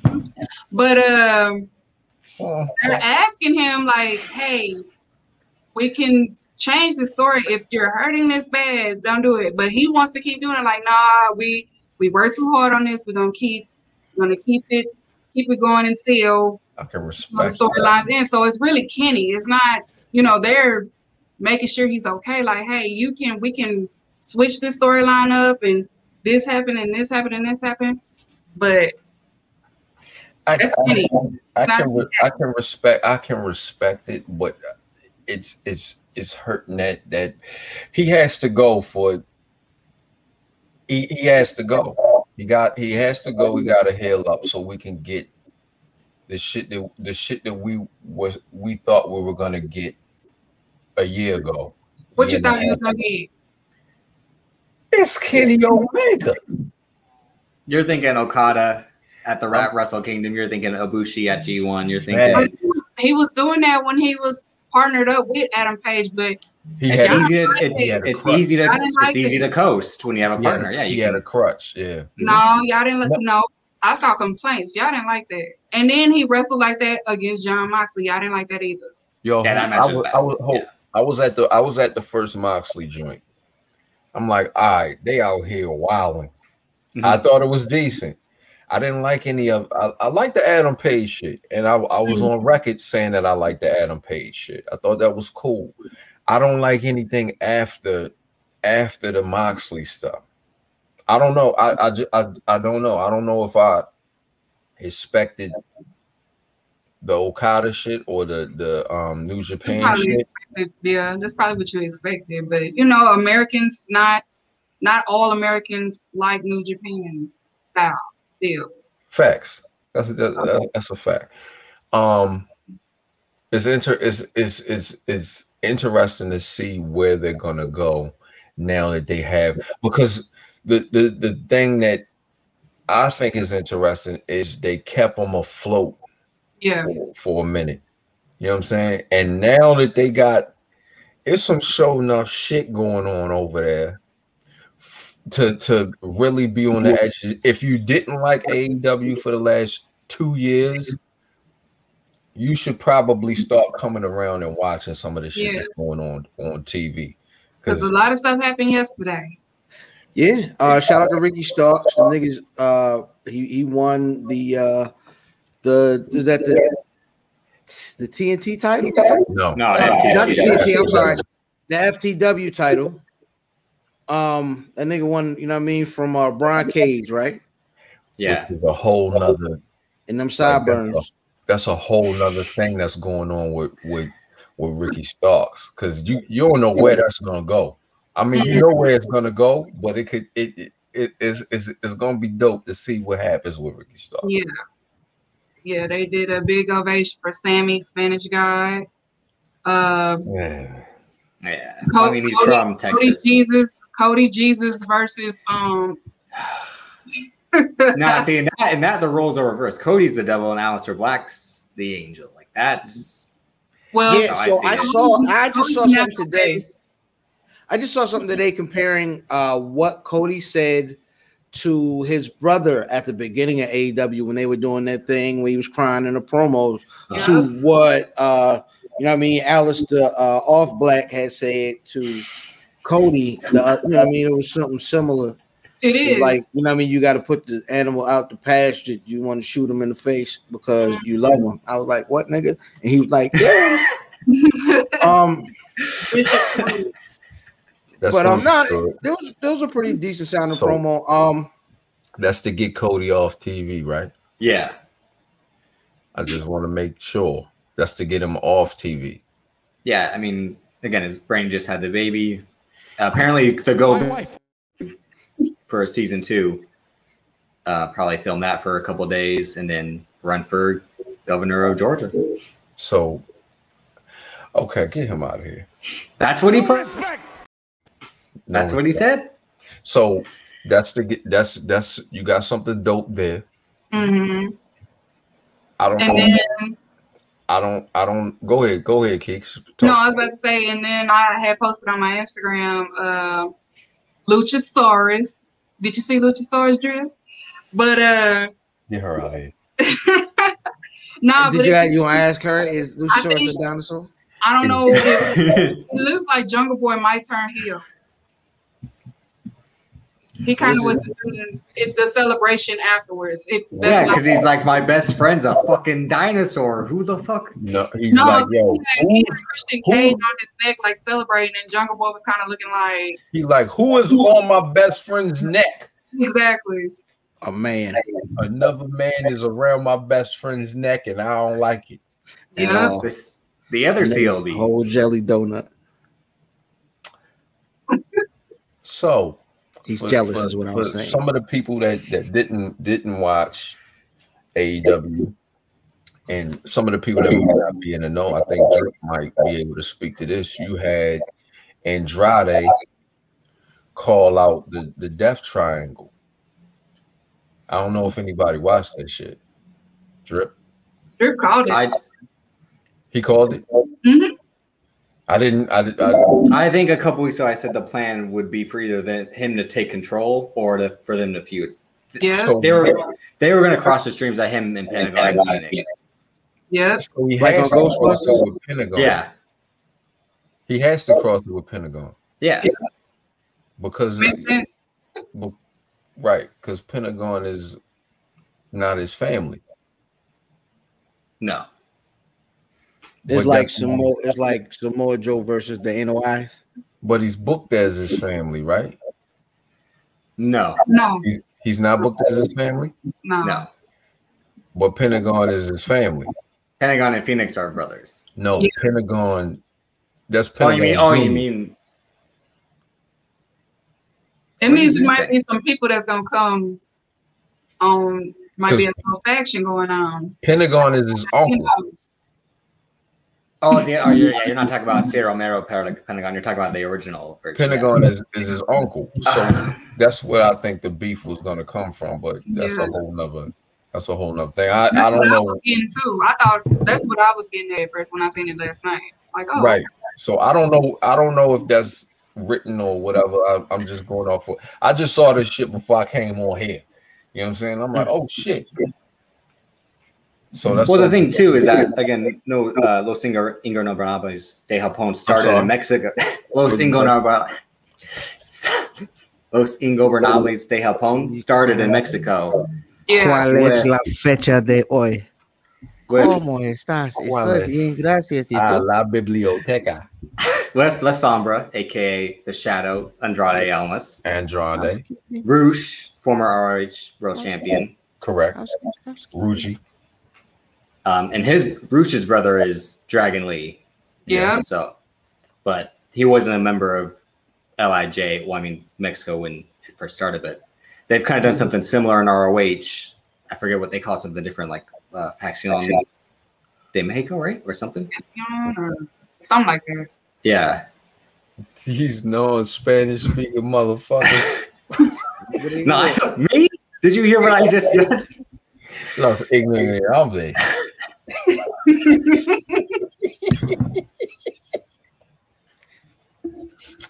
But um, they're asking him like, "Hey, we can change the story if you're hurting this bad. Don't do it." But he wants to keep doing it. Like, nah, we we worked too hard on this. We're gonna keep, we're gonna keep it, keep it going until
I can
you know, the
respect that.
storylines end. So it's really Kenny. It's not you know they're making sure he's okay. Like, hey, you can we can switch this storyline up and this happened and this happened and this happened. But
I,
that's
I,
Kenny.
I can re- I can respect I can respect it, but it's it's it's hurting that that he has to go for it. He, he has to go. He got he has to go. He got to heal up so we can get the shit that the shit that we was we thought we were gonna get a year ago.
What you
Year and a
thought you was
half.
gonna get?
It's Kenny Omega.
you're thinking Okada at the Rat Wrestle Kingdom. You're thinking Ibushi at G1. You're
Man.
thinking
he was doing that when he was partnered up with Adam Page, but
He
it's
had,
easy to
He had
it's,
a
it's
crutch.
easy to
I didn't like
it's easy
it.
to coast when you have a
he had
partner. Yeah,
he
you
had
can.
a crutch. Yeah.
no, y'all didn't let no. I saw complaints. Y'all didn't like that. And then he wrestled like that against John Moxley. Y'all didn't like that either.
Yo,
Yeah, that
I
match
was,
was bad.
I was, ho-
Yeah.
I was at the, I was at the first Moxley joint. I'm like, all right, they out here wilding. I
Mhm.
thought it was decent. I didn't like any of. I, I like the Adam Page shit, and I, I was
Mm.
on record saying that I like the Adam Page shit. I thought that was cool. I don't like anything after, after the Moxley stuff. I don't know. I, I, ju- I, I don't know. I don't know if I expected the Okada shit or the the um New Japan
probably
shit.
expected. Yeah, that's probably what you expected. But you know, Americans not not all Americans like New Japan style still.
Facts. That's a, that, that's a fact. Um, it's inter it's it's it's it's interesting to see where they're gonna go now that they have because the the the thing that I think is interesting is they kept them afloat
Yeah,
for, for a minute. You know what I'm saying? And now that they got it's some show enough shit going on over there f- to to really be on the edge. If you didn't like AEW for the last two years, you should probably start coming around and watching some of the shit
Yeah.
that's going on on TV.
because
Because
a lot of stuff happened yesterday.
Yeah. Uh, shout out to Ricky Starks. The niggas, uh, he, he won the uh, the is that the the TNT title?
no,
No,
Not the
FTW.
TNT. I'm sorry. The FTW title. Um, that nigga won. You know what I mean? From uh, Brian Cage, right?
Yeah.
which is a whole nother
And them
Like, that's
sideburns.
a- That's a whole nother thing that's going on with with with Ricky Starks because you you don't know where that's gonna go. I mean, you know where it's gonna go, but it could it it, it is it's, it's gonna be dope to see what happens with Ricky Starks.
Yeah, yeah, they did a big ovation for Sammy Spanish guy. Um,
Yeah.
Yeah.
Co-
I mean, he's
Cody-
from
Cody
Texas.
Jesus, Cody Jesus versus um.
Nah, see, and that, and that the roles are reversed. Cody's the devil and Alistair Black's the angel. Like that's
well,
Oh,
Yeah. So
Oh,
I saw. I just saw something today. I just saw something today comparing uh, what Cody said to his brother at the beginning of AEW when they were doing that thing when he was crying in the promos
Uh-huh.
to what uh, you know what I mean Alistair uh, Off Black had said to Cody. The, uh, you know what I mean it was something similar.
It
It was
is
Like you know what I mean you got to put the animal out the pasture. You want to shoot him in the face because you love him. I was like, what nigga? And he was like, yeah. um.
That's
But, um,
gonna be
no,
good.
There was, there was a pretty decent sounding
So-
promo. Um,
that's to get Cody off TV, right?
yeah.
I just want to make sure that's to get him off TV.
Yeah. I mean, again, his brain just had the baby. apparently the go for season two. Uh probably film that for a couple of days and then run for governor of Georgia.
So, okay, get him out of here.
That's what he put.
No
That's what he said.
So that's the get- that's that's you got something dope there.
hmm
I don't
And
know.
then
I don't. I don't. Go ahead. Go ahead, Keeks. Talk.
no, I was about to say, and then I had posted on my Instagram, uh, Luchasaurus. Did you see Luchasaurus drill? But uh,
Get her out of here.
nah, Ah,
did
but
you
it,
you want to ask her? Is
I
Luchasaurus a
think-
dinosaur?
I don't know. It, it looks like Jungle Boy might turn heel. He kind of
What
was
is
doing it, the celebration afterwards. It, that's
yeah,
what I
because he's like my best friend's a fucking dinosaur. Who the fuck?
No, he's
No,
like yo.
he had,
Who,
he had Christian
who-
Cage on his neck, like celebrating, and Jungle Boy was kind of looking like
he's like who is on my best friend's neck?
exactly.
Oh man,
Another man is around my best friend's neck, and I don't like it.
Yeah,
Yeah. Oh.
This the other CLB.
whole jelly donut.
So
He's
for-
jealous,
for-
is what I'm
for
saying.
Some of the people that that didn't didn't watch AEW, and some of the people that might not be in the know, I think Drake might be able to speak to this. You had Andrade call out the the Death Triangle. I don't know if anybody watched that shit. Drip,
Drew called it.
I
he called it.
Mhm.
I didn't. I, did- I
I think a couple weeks ago I said the plan would be for either the, him to take control or to, for them to feud.
yeah,
so,
They were they were going to cross the streams at him and Pentagon and Phoenix.
yeah.
so he
Like
has
on
to cross
Ghostbusters?
it with Pentagon.
Yeah,
he has to cross it with Pentagon
yeah,
because
Makes sense.
Be- Right, because Pentagon is not his family.
no,
It's
But
like
that's-
some more. It's like Samoa Joe versus the NOIs.
but he's booked as his family, right?
no,
No,
He's he's not booked as his family,
no,
no.
but Pentagon is his family.
Pentagon and Phoenix are brothers.
No,
Yeah.
Pentagon. That's
Oh,
Pentagon.
you mean? Oh, you
Junior.
mean?
It
What
means
did
there
you
might
say?
be some people that's gonna come on. Might be a
'Cause-
little faction going on.
Pentagon is his
Who
uncle.
knows?
Oh, the, oh, you're, yeah, you're not talking about Sarah Romero Parad- Pentagon. You're talking about the original version.
Pentagon is, is his uncle. So
Ah.
that's where I think the beef was gonna come from, but that's
Yeah.
a whole nother that's a whole nother thing. I, I
That's what
don't
I
know.
was getting too. I thought that's what I was getting at first when I seen it last night. Like, oh,
Right. So I don't know. I don't know if that's written or whatever. I, I'm just going off. What, I just saw this shit before I came on here. You know what I'm saying? I'm like, oh shit. So that's
well, the
what-
thing too is that again, no, uh, Los Ingo, Ingo Nobranables de Japón started
sorry.
in Mexico. Los Ingo Nobranables, Los Ingo Bernables de Japón started in Mexico.
yeah,
¿Cuál es la fecha de hoy?
With,
¿Cómo estás?
¿Cuál
Estoy
es?
bien, gracias. ¿Y tú?
Ah, la biblioteca.
with La Sombra, aka the Shadow, Andrade Almas,
Andrade,
Rouge, former ROH world champion,
correct. Ruji.
um, and his Rouge's brother is Dragon Lee.
yeah.
So, but he wasn't a member of LIJ. Well, I mean Mexico when it first started, but they've kind of done something similar in ROH. I forget what they call it, something different, like uh, Facción de Mexico, right, or something.
Facción or something like that.
Yeah,
He's non Spanish speaking motherfucker.
no, I- me. Did you hear what I just said?
Los ignorant hombres.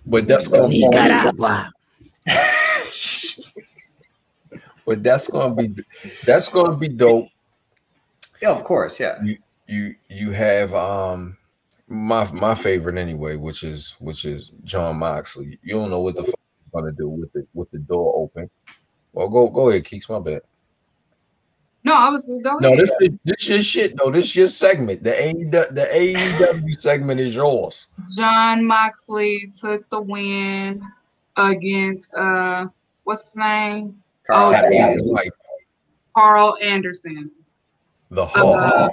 but that's gonna be but that's gonna be that's gonna be dope.
yeah, of course, yeah.
You you have um my my favorite anyway, which is which is John Moxley. You don't know what the fuck he's gonna do with it with the door open. Well, go go ahead, Keeks. My bad.
No, I was go
No,
ahead.
this is this your shit. No, this your segment. The AEW, the AEW segment is yours.
John Moxley took the win against uh what's his name?
Carl
Oh,
had
yeah.
reasons.
Like
Carl Anderson.
the
Oh,
Hulk.
Uh,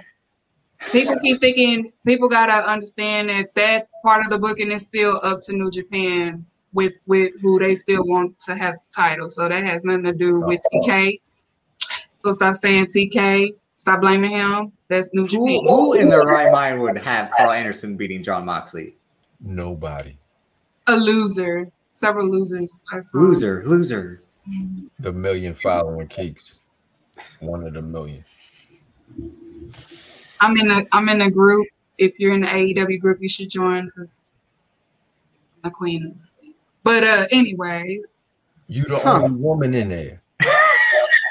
people keep thinking people gotta understand that that part of the booking is still up to New Japan with with who they still want to have the title. So that has nothing to do
Oh,
with TK. So stop saying TK. Stop blaming him. That's New
Who,
Japan.
who in their right mind would have Carl Anderson beating John Moxley?
Nobody.
A loser. Several losers. I saw.
Loser, loser.
The million following Keeks. One of the million.
I'm in a I'm in a group. If you're in the AEW group, you should join because I'm the queen. of- But uh, anyways,
You the
Huh.
only woman in there.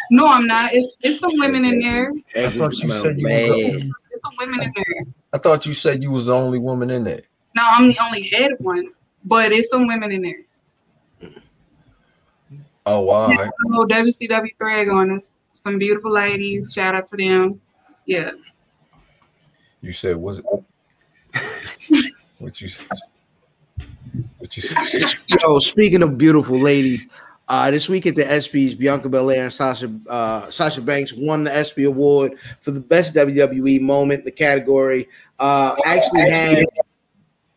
no, I'm not. It's it's some women in there.
I thought you said you was the only,
It's some women in there.
I thought you said you was the only woman in there.
No, I'm the only head one, but it's some women in there.
Oh wow.
Oh, WCW thread going. It's some beautiful ladies. Shout out to them. Yeah,
You said was it what you said? What you said?
So speaking of beautiful ladies, uh, this week at the ESPYS, Bianca Belair and Sasha uh, Sasha Banks won the ESPY award for the best WWE moment. in The category uh, actually had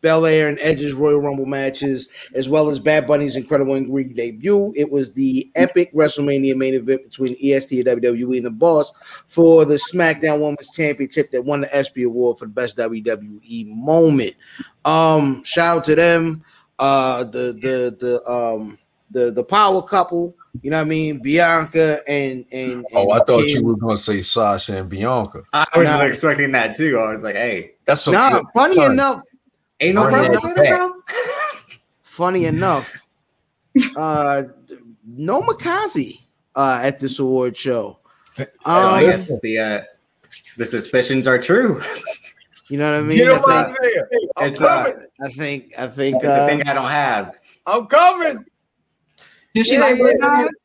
Belair and Edge's Royal Rumble matches, as well as Bad Bunny's incredible in ring debut. It was the epic WrestleMania main event between EST and WWE and the Boss for the SmackDown Women's Championship that won the ESPY award for the best WWE moment. Um, shout out to them uh the the the um the the power couple you know what i mean bianca and and, and
Oh, I thought you
Kim.
were gonna say Sasha and Bianca.
I was
Nah.
expecting that too. I was like, hey,
That's a
nah funny
son,
enough
ain't
Run
problem
that
with it,
back.
bro.
funny enough uh no makazi uh at this award show
So I
Um,
guess the uh, the suspicions are true.
you know what i mean
Get him
I
out
think,
of there. I'm
It's uh,
coming.
I think i
it's
think
a
uh,
thing I don't have.
I'm coming.
do she
Yeah,
like
yeah,
blue
yeah.
eyes?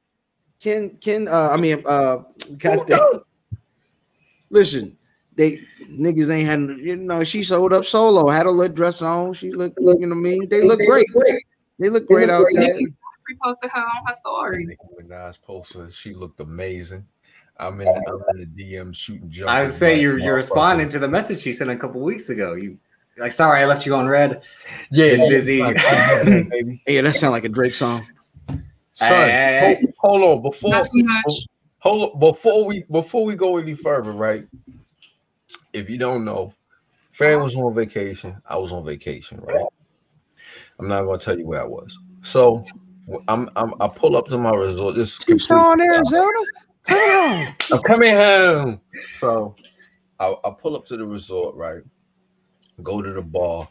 Ken, Ken, uh, I mean, uh, goddamn. Listen, they niggas ain't had, you know, she showed up solo, had a little dress on. She looked, you know what I mean? They look great. They look great out there.
Reposted her on her story.
Nicki Minaj posted. She looked uh, amazing. I'm in, the, I'm in the DM shooting jump.
I would say you're you're responding to the message she sent a couple weeks ago. You like, sorry, I left you on red.
Yeah,
Been busy.
like, come on, baby.
Yeah, that sounds like a Drake song.
Son,
Hey, hey, hey.
hold, hold on
Oh,
before
Not too much.
hold on, before we before we go any further, right? If you don't know, Fran was on vacation. I was on vacation, right? I'm not gonna tell you where I was. So I'm, I'm I pull up to my resort. This is
Tucson,
completely-
Arizona. Come on.
I'm coming home. So I, I pull up to the resort, right? Go to the bar,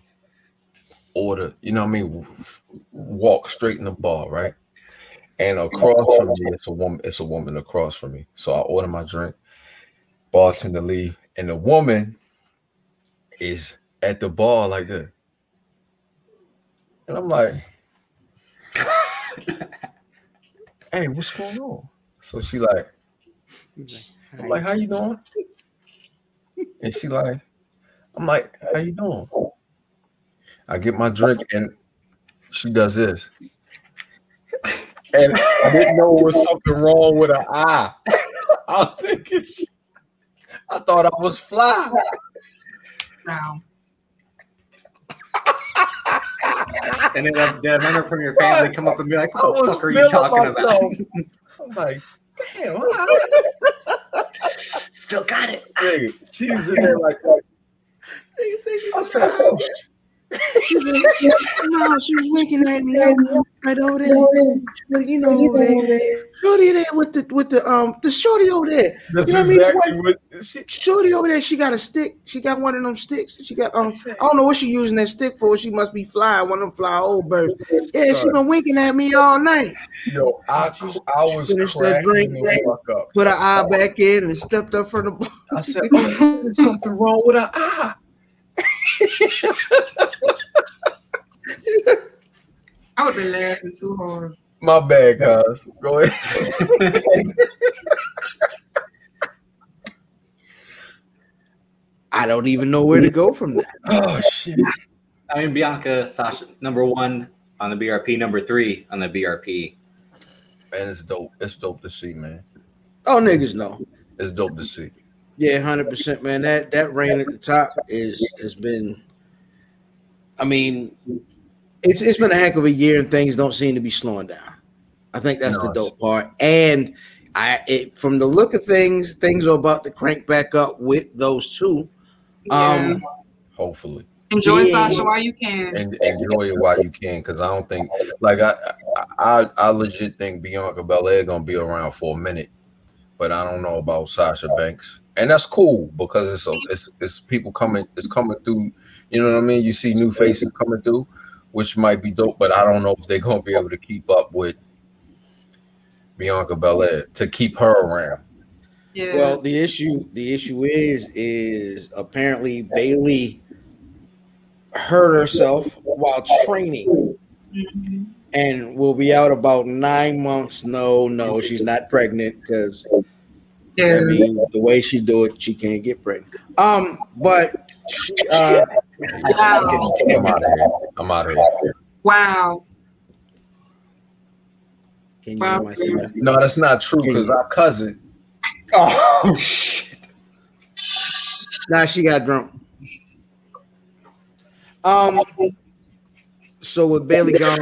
order, you know what I mean? w- f- Walk straight in the bar, right? And across from me, it's a woman, it's a woman across from me. So I order my drink, bartender leave, and the woman is at the bar like this. And I'm like, hey, what's going on? So she like, I'm like, how you doing? And she like, I'm like, how you doing? I get my drink and she does this. And I didn't know it was something wrong with her eye. I was thinking, she- I thought I was fly.
Wow.
And then a, then a member from your family come up and be like,
I
"What the
was
fuck are you
feeling
talking about?"
myself. I'm like, damn, I-
Still got it.
nigga, she's in there like, that. I said, oh, shit.
She's like, no, she was winking at me. I was right over there. But you know, that shorty there with the with the um the shorty over there.
that's
You know what I mean?
exactly what she,
Shorty over there, she got a stick. She got one of them sticks. She got um I don't know what she using that stick for. She must be fly, one of them fly old birds. Yeah, she been winking at me all night.
yo, I, I was
Finish that
cracking
drink,
the fuck up.
Put her eye back in and stepped up from the bar.
I said, oh, there's something wrong with her eye.
I would be laughing too hard.
My bad, guys. Go ahead.
I don't even know where to go from that.
Oh shit.
I mean, Bianca, Sasha, number one on the BRP, number three on the BRP.
Man, it's dope. It's dope to see, man.
Oh niggas know.
It's dope to see.
Yeah, hundred percent, man. That that rain at the top is has been. I mean, it's it's been a heck of a year, and things don't seem to be slowing down. I think that's
No,
the
it's-
dope part, and I it, from the look of things, things are about to crank back up with those two.
Yeah.
Um,
Hopefully,
Enjoy
yeah.
Sasha while you can.
and enjoy it while you can, because I don't think, like, I, I, I, I legit think Bianca Belair gonna be around for a minute, but I don't know about Sasha Banks, and that's cool because it's a, it's it's people coming, it's coming through. You know what I mean? You see new faces coming through, which might be dope, but I don't know if they're gonna be able to keep up with Bianca Belair to keep her around.
Yeah.
Well, the issue the issue is is apparently Bailey hurt herself while training.
Mhm.
and will be out about nine months. No, no, she's not pregnant because
yeah.
I mean the way she do it, she can't get pregnant. Um, but she, uh,
Wow.
I'm out of here. I'm out of here.
Wow.
can you hear my smile?
No, that's not true because our cousin.
Oh shit!
Nah, she got drunk. Um, so with Bailey gone,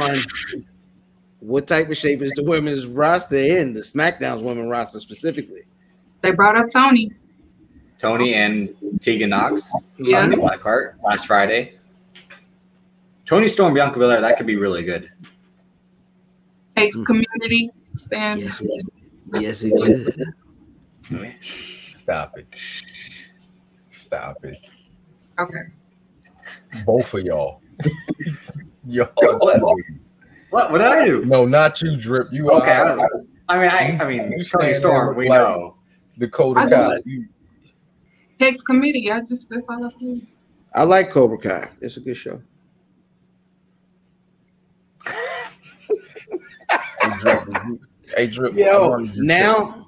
what type of shape is the women's roster in the SmackDown's women roster specifically?
They brought up Tony.
Tony and Tegan Knox,
Yeah.
Shotzi Blackheart last Friday. Tony Storm, Bianca Belair, that could be really good.
Takes
Mm.
community stand.
Yes, yes, it is.
Stop it. Stop it.
Okay.
Both of y'all. Yo, legends.
What? What did I do?
no, not you, Drip. You
Okay. I,
are
was- I mean, I, I mean,
You
Tony
stand
Storm,
there
we
like-
know.
Dakota
I
Kai.
got it.
You,
Takes community. I just that's all I see.
I like Cobra Kai. It's a good show.
hey, Drip. did you- Hey, Drip. I
Yo,
wanted you to-
now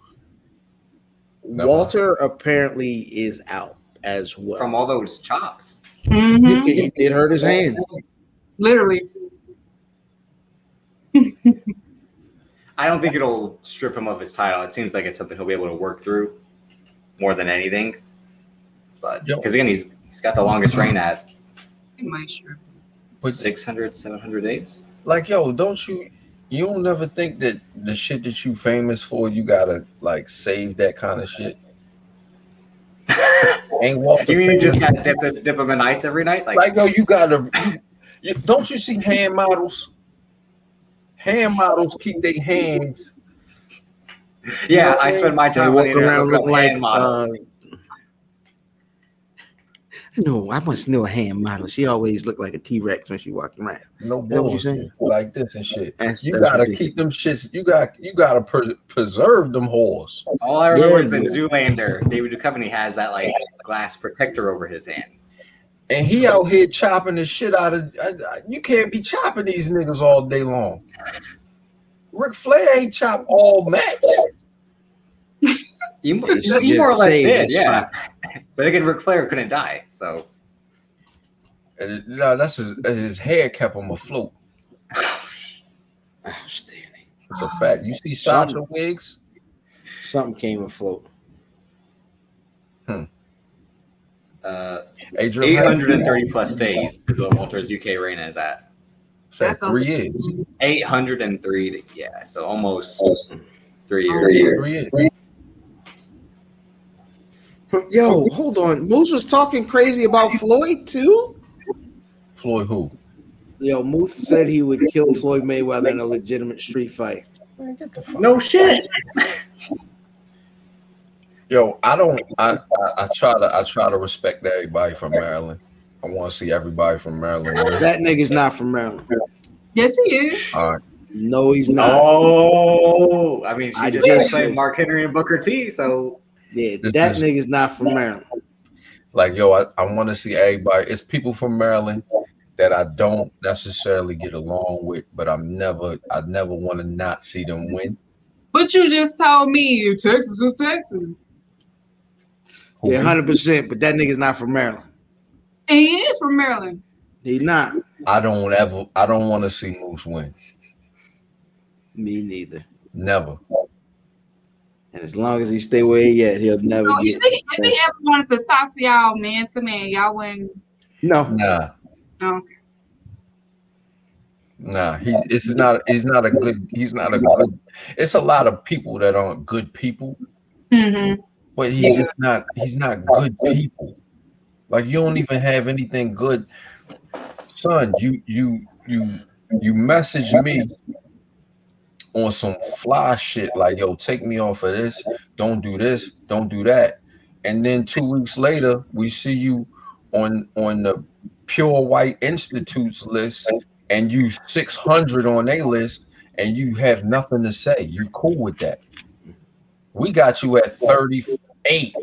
Never mind.
Walter apparently is out as well.
From all those chops.
hmm
it, it- it hurt his hand.
Literally.
I don't think it'll strip him of his title. It seems like it's something he'll be able to work through more than anything. But
Yep.
because again, he's he's got the longest reign at
He might sure.
But-
600, 700 days.
Like, yo, don't you? You don't never think that the shit that you famous for, you gotta like save that kind of shit. Ain't Walter?
You mean you
famous
just got to dip, it- dip him in ice every night? Like,
like yo, you gotta. You, don't you see hand models? Hand models keep their hands.
yeah, I spend my
I
time on
walk
the internet
around
looking
looking
up
like
hand models.
uh, no, I must know a hand model. She always looked like a T Rex when she walked around.
No
Is that what you're
bullshit
saying?
like this and shit.
That's,
You
that's
gotta
ridiculous.
keep them shits. You got you gotta pre- preserve them whores.
All I remember
Yeah,
is in
yeah.
Zoolander, David Duchovny has that like glass protector over his hand.
And he out here chopping the shit out of. I, I- you can't be chopping these niggas all day long. Ric Flair ain't chop all match.
You,
They
you, you more or
just
less
saved
did,
that
yeah. But again, Ric Flair couldn't die, so
And it- No, that's his, his hair kept him afloat.
Outstanding.
It's a fact. You see Sasha wigs.
Something came afloat.
uh,
Hey, Drew, how you feel?
830 plus days is what Walter's UK reign is at.
Said
That's a-
three years.
803, to- yeah, so almost
Three
three years.
Three years.
Yo, hold on. Moose was talking crazy about Floyd too.
Floyd who?
Yo, Moose said he would kill Floyd Mayweather in a legitimate street fight.
No shit.
Yo, I don't. I, I I try to I try to respect everybody from Maryland. I want to see everybody from Maryland. win.
That nigga's not from Maryland.
Yes, he is.
All right.
No, he's not.
Oh, I mean, she
I
just
just-
played Mark Henry and Booker T, so
Yeah,
This
that
is-
nigga's not from Maryland.
Like yo, I, I want to see everybody. It's people from Maryland that I don't necessarily get along with, but I'm never I never want to not see them win.
But you just told me Texas is Texas.
Who
Yeah,
we-
hundred percent. But that nigga's not from Maryland.
And he is from Maryland.
He not.
I don't ever. I don't want to see Moose win.
Me neither.
Never.
And as long as he stay where he at, he'll never
So
get.
if, he, if he ever wanted to talk to y'all man to man, y'all wouldn't.
No,
Nah,
No. okay.
nah. He. It's not. He's not a good. He's not a good. It's a lot of people that aren't good people.
Mm-hmm.
but he's just not he's not good people like you don't even have anything good son you you you you message me on some fly shit like yo take me off of this don't do this don't do that and then two weeks later we see you on on the pure white institutes list and you 600 on a list and you have nothing to say you cool with that we got you at 38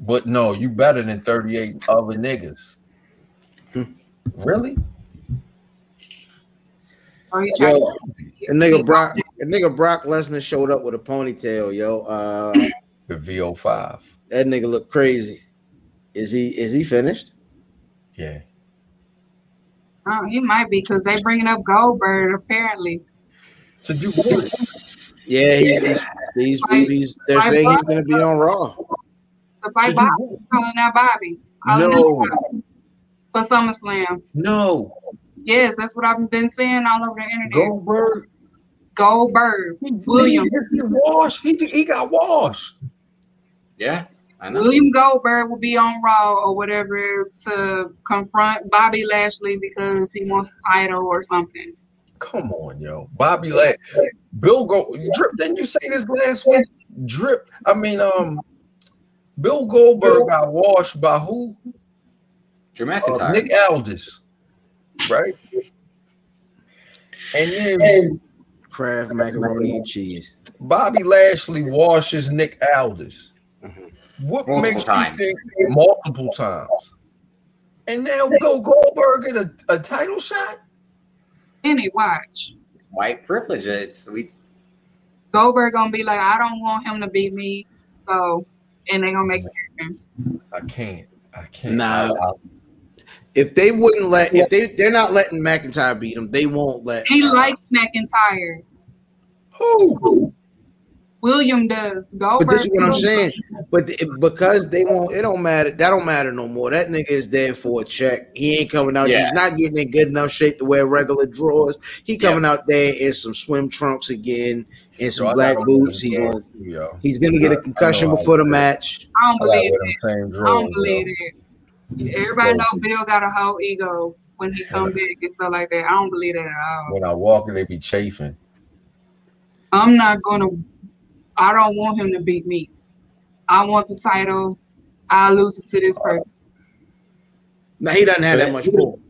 but no you better than 38 other niggas really
Or he tried
yo,
to-
a nigga Brock, a nigga Brock Lesnar showed up with a ponytail. Yo, uh,
the vo5
that nigga look crazy. Is he? Is he finished?
yeah
Oh, he might be because they bringing up Goldberg apparently.
so you would
Yeah, he, he's. He's,
My-
he's. They're
my
saying he's gonna be on Raw.
The fight Bobby calling out Bobby. Calling
Oh, no
out Bobby for SummerSlam.
no
Yes, that's what I've been saying all over the internet.
goldberg
Goldberg,
he,
William.
he, he washed he, he got washed
yeah, I know.
William Goldberg will be on Raw or whatever to confront Bobby Lashley because he wants a title or something.
come on yo bobby Lash, bill go drip didn't you say this last week drip i mean um bill goldberg got washed by who
Drew
Uh,
McIntyre.
Nick Aldis, right? And then
Kraft macaroni and cheese.
Bobby Lashley washes Nick Aldis. What
Multiple
makes
times.
you think multiple times? And now go Goldberg get a, a title shot?
Any watch.
White privilege. It's we
Goldberg gonna be like, I don't want him to beat me. So and they gonna make
I can't. I can't.
Nah.
I- I-
If they wouldn't let, if they they're not letting McIntyre beat him, they won't let.
he
uh,
likes McIntyre.
Who?
William does. Goldberg.
But this is what I'm saying. But th- because they won't, it don't matter. That don't matter no more. That nigga is there for a check. He ain't coming out.
Yeah.
He's not getting in good enough shape to wear regular drawers. He coming out there in some swim trunks again and some
Yo, I
black
got on
boots.
some
He
drawers
gonna,
too, yo.
he's gonna
I-
get
I
a
know
concussion
I
before the
did.
match.
I don't
I got
believe
with
that.
them
I
same
don't
drawers,
believe
yo.
that. Everybody know
Bro.
Bill got a whole ego when he come back and stuff like that. I don't believe that at all.
When I walk, they be chafing.
I'm not gonna. I don't want him to beat me. I want the title. I lose it to this person.
Now he doesn't have that much pull.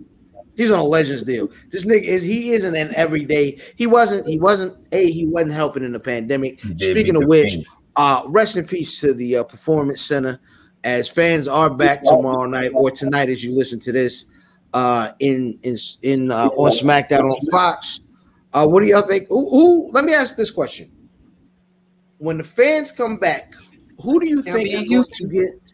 He's on a legends deal. This nigga is he isn't an everyday. He wasn't. He wasn't. A he wasn't helping in the pandemic.
He did
Speaking
beat
of
the
which,
Fiend.
uh, rest in peace to the uh, performance center. As fans are back tomorrow night or tonight, as you listen to this, uh, in in in uh, on SmackDown on Fox. Uh, what do y'all think? Who, who? Let me ask this question: When the fans come back, who do you
They'll
think
be in
is going to
Houston.
get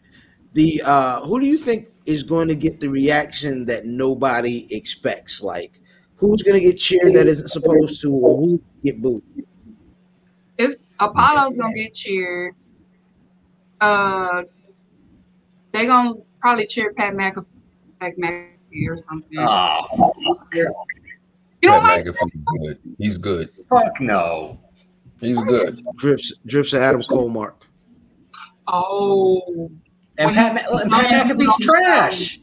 the uh who do you think is going to get the reaction that nobody expects like who's going to get cheered that isn't supposed to or who get booed
It's Apollo's gonna get cheered. Uh, they gonna probably cheer Pat McAfee, like McAfee or something.
Oh,
you don't
Ah,
like?
Pat McAfee's good. He's good.
fuck no.
He's good.
drips drips at adam cole mark
Oh,
And Pat, Ma- and Pat McAfee's trash.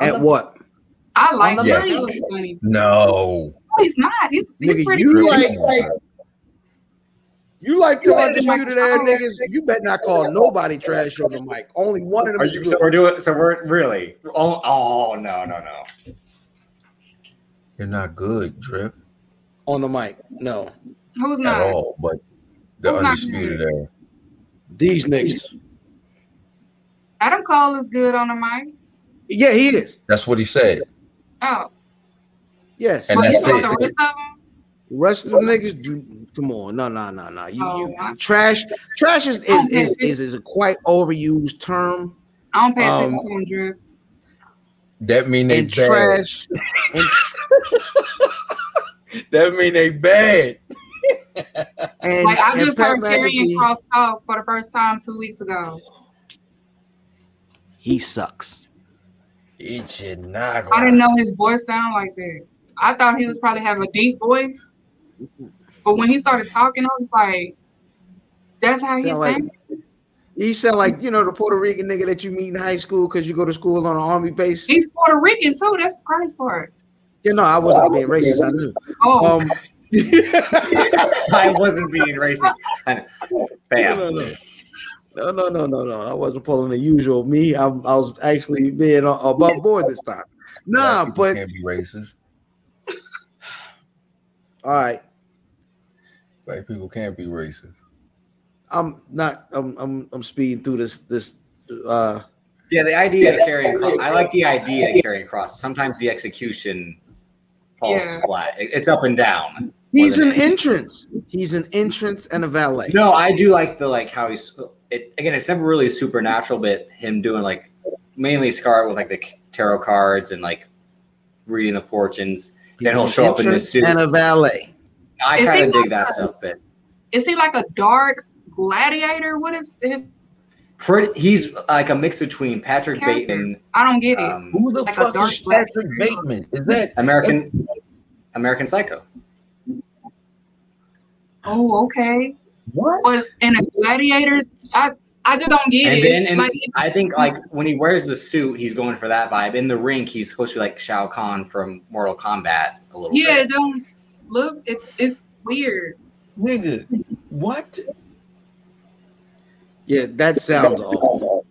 at what
I like
On
the
that.
mic.
That was funny.
No.
No, he's not. He's, he's
nigga
pretty.
you
good.
like, like you like the
You better
undisputed
not
ass
call-
niggas you better not call nobody trash on the mic only one of them
Are
is
you? So
good.
we're doing. So we're really. Oh, oh no, no, no.
They're not good, Drip,
on the mic no
Who's
at
not?
all. But the
Who's not
undisputed era.
these niggas
Adam Cole is good on the mic.
yeah he is
That's what he said.
Oh,
yes
And
but you
that's
know
it.
the rest of them.
Rest of the niggas, do, come on, no, no, no, no. You,
Oh,
you
I-
trash, trash is
Oh,
is, is,
it's-
is is a quite overused term,
I don't pay attention
Um,
to him, Drew.
That mean they
and
bad.
trash, and,
That mean they bad.
and
Like I
and
just
Pat
heard Karrion
McAfee,
Cross talk for the first time two weeks ago.
he sucks.
Ichinaga.
I didn't know his voice sound like that. I thought he was probably have a deep voice, but when he started talking, I was like, "That's how he
Sound like-
sang."
He sound like you know the Puerto Rican nigga that you meet in high school because you go to school on an army base.
He's Puerto Rican too. That's the crazy part.
You know, I wasn't being racist. I knew.
Oh,
Um,
I wasn't being racist. I know.
No,
Bam.
no, no, no, no, no, no. I wasn't pulling the usual me. I, I was actually being a- above board this time. Nah,
Black people
but
can't be racist.
all right.
Black people can't be racist.
I'm not. I'm. I'm. I'm speeding through this. This. uh
Yeah, the idea of carrying cross. I like the idea of carrying cross. Sometimes the execution falls
Yeah.
flat. It- It's up and down.
He's
More
an
than anything.
entrance. He's an entrance and a valet.
No, I do like the like how he's. It, again, it's never really supernatural, but him doing like mainly Scarlet with like the tarot cards and like reading the fortunes. Then he'll
He's
show
an
up in this suit.
entrance and a valet.
I
Is he
kind of
like
dig that
a-
stuff, but
is he like a dark gladiator? What is his?
pretty, he's like a mix between Patrick
Character.
Bateman,
I don't get it.
Uh,
um,
Who the
Like a
fuck
dark
is
black
Patrick Bateman? Is that
American, American Psycho.
oh, okay.
what?
But in a gladiator, I I just don't get
And
it.
then, and
like
I think like when he wears the suit, he's going for that vibe. In the ring, he's supposed to be like Shao Kahn from Mortal Kombat a little
yeah,
bit.
it don't look. It, it's weird.
Nigga, what?
Yeah, that sounds awful.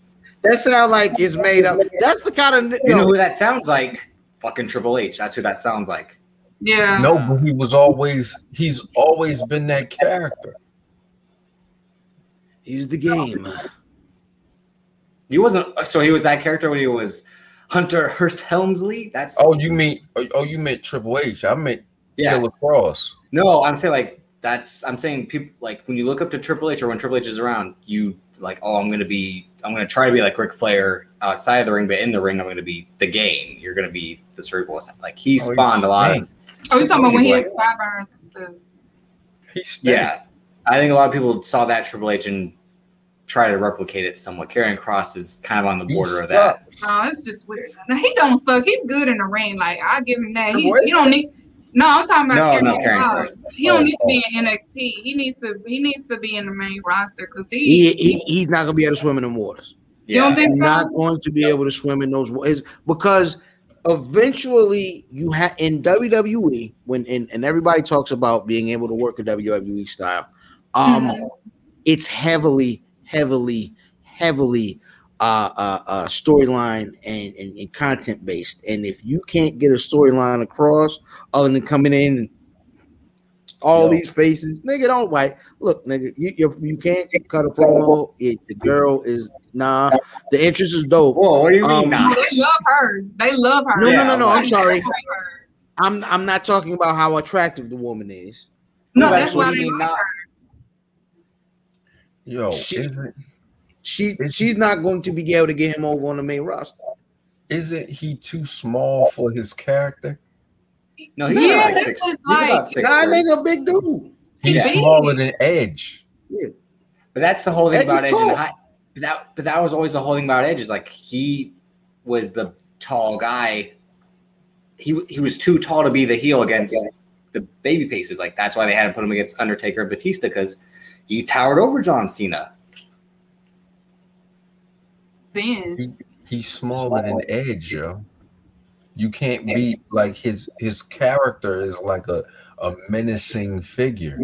That sound like it's made up. That's the kind of
You know
no.
who that sounds like? Fucking Triple H. That's who that sounds like.
Yeah.
No, but he was always he's always been that character.
Here's the game.
He wasn't. So he was that character when he was Hunter Hurst Helmsley. That's
Oh, you mean oh you meant Triple H. I meant
yeah.
Killer Cross.
No, I'm saying like that's. I'm saying people like when you look up to Triple H or when Triple H is around, you like, oh, I'm gonna be. I'm gonna try to be like Ric Flair outside of the ring, but in the ring, I'm gonna be the game. You're gonna be the cerebral. Like he
Oh, he
spawned a lot of
Oh, you talking about when he
Like-
had sideburns and stuff?
He's
Yeah, I think a lot of people saw that Triple H and try to replicate it somewhat. Karrion Cross is kind of on the border of that.
No, it's just weird. No, he don't suck. He's good in the ring. Like I give him that. He,
What?
he don't need. No, I'm talking
No,
about
no,
Karrion
Karrion
Cross. He don't need to be in NXT. He needs to. He needs to be in the main roster because he,
He, he he's not gonna be able to swim in the waters.
You don't
Yeah,
think
He's
so?
not going to be able to swim in those waters because eventually you have in WWE when and, and everybody talks about being able to work a WWE style. Um,
Mhm.
it's heavily, heavily, heavily uh, uh, uh, storyline and, and, and content based. And if you can't get a storyline across, other than coming in and all
No.
these faces, nigga, don't like. Look, nigga, you you, you can't cut a promo. It, the girl is nah. The interest is dope.
Whoa, what do you mean?
Um,
not?
Oh, they love her. They love her.
No,
no, no, no,
I'm sorry.
They like her.
I'm I'm not talking about how attractive the woman is.
No,
What
that's
do
why
you
they
mean
like
not?
her.
Yo,
She-
isn't,
She she's not going to be able to get him over on the main roster.
isn't he too small for his character?
No, he's
Yeah,
about
this
six.
is
He's
like-
about six.
God,
three.
nigga, big dude.
He
He's
big.
smaller than Edge.
But that's the whole thing
Edge is
about Edge
tall.
and height. But that, but that was always the whole thing about Edge is like he was the tall guy. He he was too tall to be the heel against the baby faces. Like that's why they had to put him against Undertaker and Batista because he towered over John Cena.
Then
He, he's smaller than Edge, yo. You can't be like his his character is like a, a menacing figure.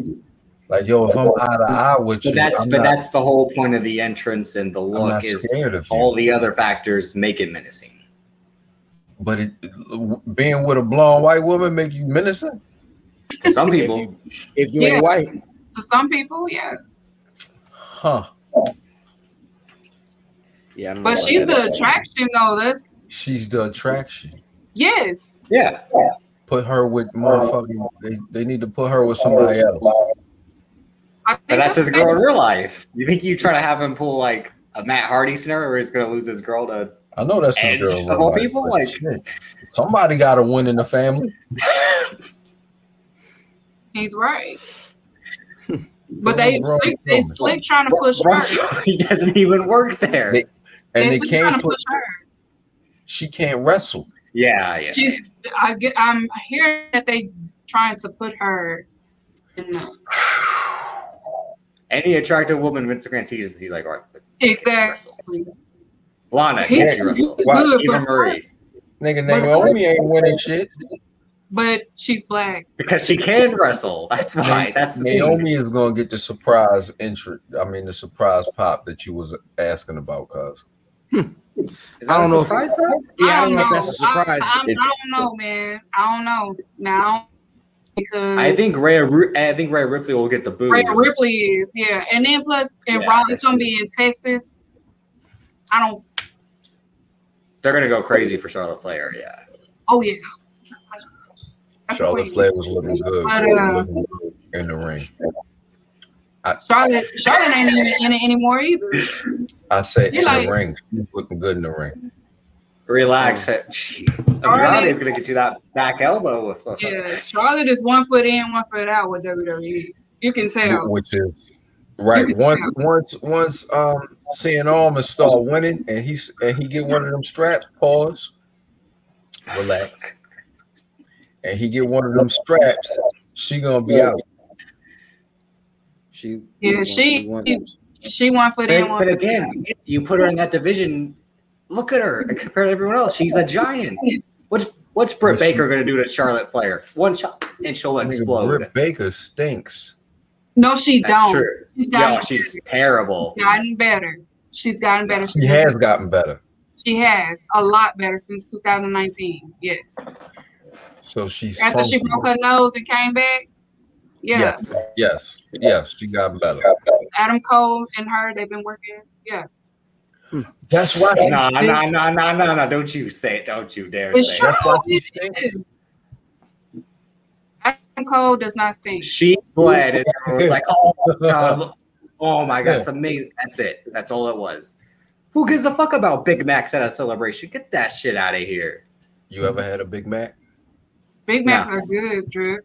Like yo, if I'm eye to eye with you,
But that's
I'm
but
not,
that's the whole point of the entrance and the
I'm
look
not
is
scared of you.
all the other factors make it menacing.
but it, being with a blonde white woman make you menacing.
To some people,
If you
Yeah.
ain't white,
to some people, yeah.
Huh?
yeah. I don't know
But
about
she's
that.
the attraction though. That's
She's the attraction.
yes.
yeah,
Put her with motherfucking. They, they need to put her with somebody else.
I think
but that's his
fair.
girl in real life. You think you try to have him pull like a Matt Hardy scenario where he's gonna lose his girl to
I know that's
Edge
his girl.
of
real
all
life,
people,
but
like-
shit, somebody got to win in the family.
He's right. But they
Wrong
slick, they
woman.
slick trying to push
Rob
her.
Zombie doesn't even work there.
They- and they
slick trying
can't
to
put.
push her.
She can't wrestle.
yeah, yeah.
She's I get I'm hearing that they trying to put her in the
Any attractive woman Vince McMahon sees, he's like, all right, but
exactly.
Lana,
He's-
Casey Russell,
he's
Why-
good,
Eva
but,
Marie,
Nigga,
But-
Naomi ain't winning shit.
but she's black.
because she can wrestle. That's why. That's the thing.
Naomi is gonna get the surprise entry. I mean, the surprise pop that you was asking about, cuz.
Is that
I don't
a
know if-
surprise though?
Yeah, I don't know if that's a surprise.
I, I,
It-
I don't know, man. I don't know now because
I think Rhea, Ru- I think Rhea Ripley will get the booze.
Rhea Ripley is, yeah. And then plus, and
Yeah,
Raleigh's
that's
gonna be in Texas. I don't.
They're gonna go crazy for Charlotte Flair. Yeah,
Oh yeah. That's the
Charlotte
queen.
Flair was looking good,
But, uh,
looking good in the ring.
Charlotte, Charlotte ain't even in it anymore either.
I said
You
in
like-
the ring, she's looking good in the ring.
relax. I mean, Raleigh gonna get you that back elbow. With,
Yeah, Charlotte is one foot in, one foot out with WWE. You can tell.
Which is right.
You can
Once
tell.
once once um seeing Alma start winning and he's and he get one of them straps, pause, relax. And he get one of them straps, she gonna be out.
She
Yeah, she she one foot in,
But,
one
but
foot
again, you put her in that division. Look at her compared to everyone else. She's a giant. What's what's Britt
But she-
Baker going to do to Charlotte Flair? One shot and she'll
Nigga,
explode.
Britt Baker stinks.
No, she
That's
don't.
true.
She's gotten,
No, she's terrible.
gotten better. She's gotten better.
She
just-
has gotten better.
She has a lot better since 2019. Yes.
So she's
After she
functional.
broke her nose and came back. yeah.
Yes, yes, she got better.
Adam Cole and her, they've been working. Yeah,
That's why she
No, no,
stinks.
no, no, no, no. Don't you say it. Don't you dare
it's
say
true.
it.
That's why she
It
stinks.
is. Adam Cole does not stink.
She bled. And everyone was like, oh, my God. look- Oh, my God. It's amazing. That's it. That's all it was. Who gives a fuck about Big Macs at a celebration? Get that shit out of here.
You ever had a Big Mac?
Big Macs
No.
are good, Drew.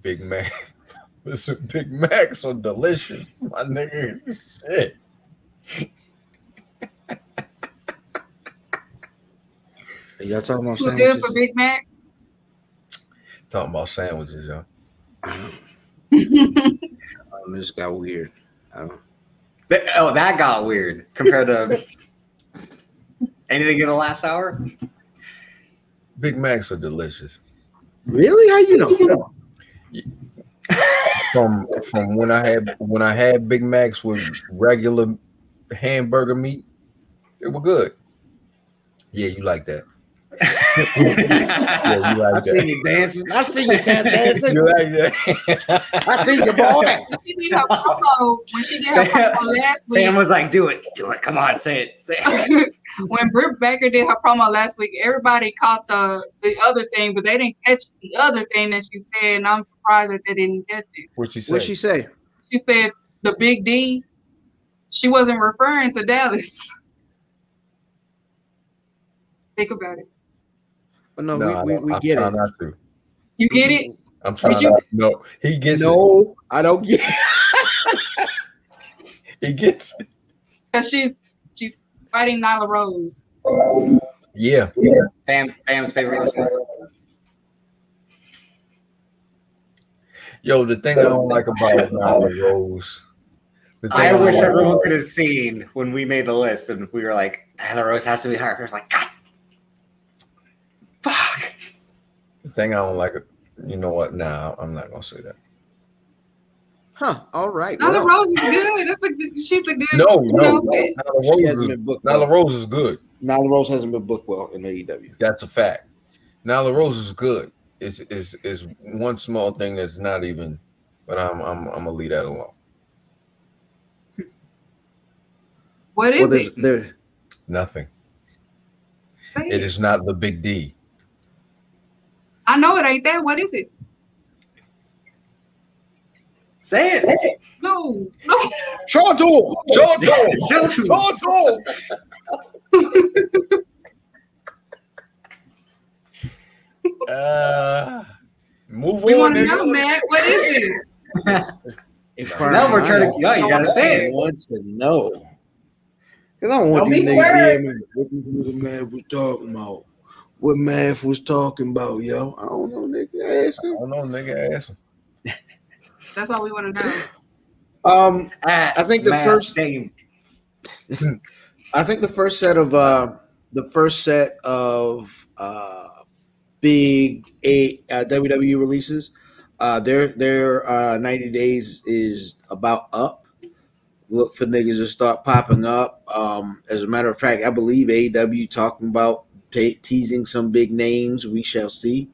Big Mac. Listen, Big Macs are delicious, my nigga. Shit.
Y'all talking about
Too good for
sandwiches?
Big Macs.
Talking about sandwiches, y'all.
Um, this got weird. I don't.
Th- Oh, that got weird compared to anything in the last hour.
Big Macs are delicious.
Really? How you know?
From from when I had when I had Big Macs with regular hamburger meat, they were good. Yeah, you like that. Yeah, you
I
like
seen
that.
you dancing. I seen you tap dancing.
You like that.
I seen your boy.
She did her combo when she did her promo last week.
Sam was like, "Do it, do it! Come on, say it, say it."
when Britt Baker did her promo last week, everybody caught the the other thing, but they didn't catch the other thing that she said, and I'm surprised that they didn't catch it.
what she said?
What she say?
She said the Big D. She wasn't referring to Dallas. Think about it.
But Oh, no,
Nah,
we,
I
we,
don't-
we
I
get
try
it.
Not to.
You get it?
I'm trying
you-
not to. No, he gets it.
No, I don't get. It.
He gets it.
Cause she's she's fighting Nyla Rose.
Yeah.
Pam, Pam's favorite wrestler.
Yo, the thing I don't like about Nyla Rose. the thing
I
don't
wish
like
everyone
about-
could have seen when we made the list and we were like, "Tyler Rose has to be higher." It was like, "God, fuck."
The thing I don't like. You know what? Nah, I'm not gonna say that.
Huh? All right.
Nyla
well,
Rose is good. That's a good, she's a good.
No,
you
no.
know,
Nyla
she
Rose,
hasn't
is,
been booked.
Nyla
Well.
Rose is good.
Nyla Rose hasn't been booked well in E AEW.
That's a fact. Nyla Rose is good. Is is is one small thing that's not even. But I'm I'm I'm gonna leave that alone.
What
Well,
is
there's,
it?
there.
Nothing.
Say
It is not the big D.
I know it ain't that. What is it?
Say it.
No, no.
Chantel.
Jojo,
Jojo.
Jojo. Uh, move
We
on.
want to
nigga.
know, Matt. What is it?
Now we're trying to. No, you gotta say
I
it.
want to know. Because I don't want
Don't
these
be
niggas
scared.
DMing what this nigga Math was talking about. What Math was talking about, yo. I don't know, nigga. Ask
I
him.
don't know, nigga. Ask him.
That's all we want to know.
Um,
I
think the first-
thing.
I think the first set of uh, the first set of uh, big a uh, WWE releases, uh, their their uh, ninety days is about up. Look for niggas to start popping up. Um, as a matter of fact, I believe AEW talking about te- teasing some big names. We shall see.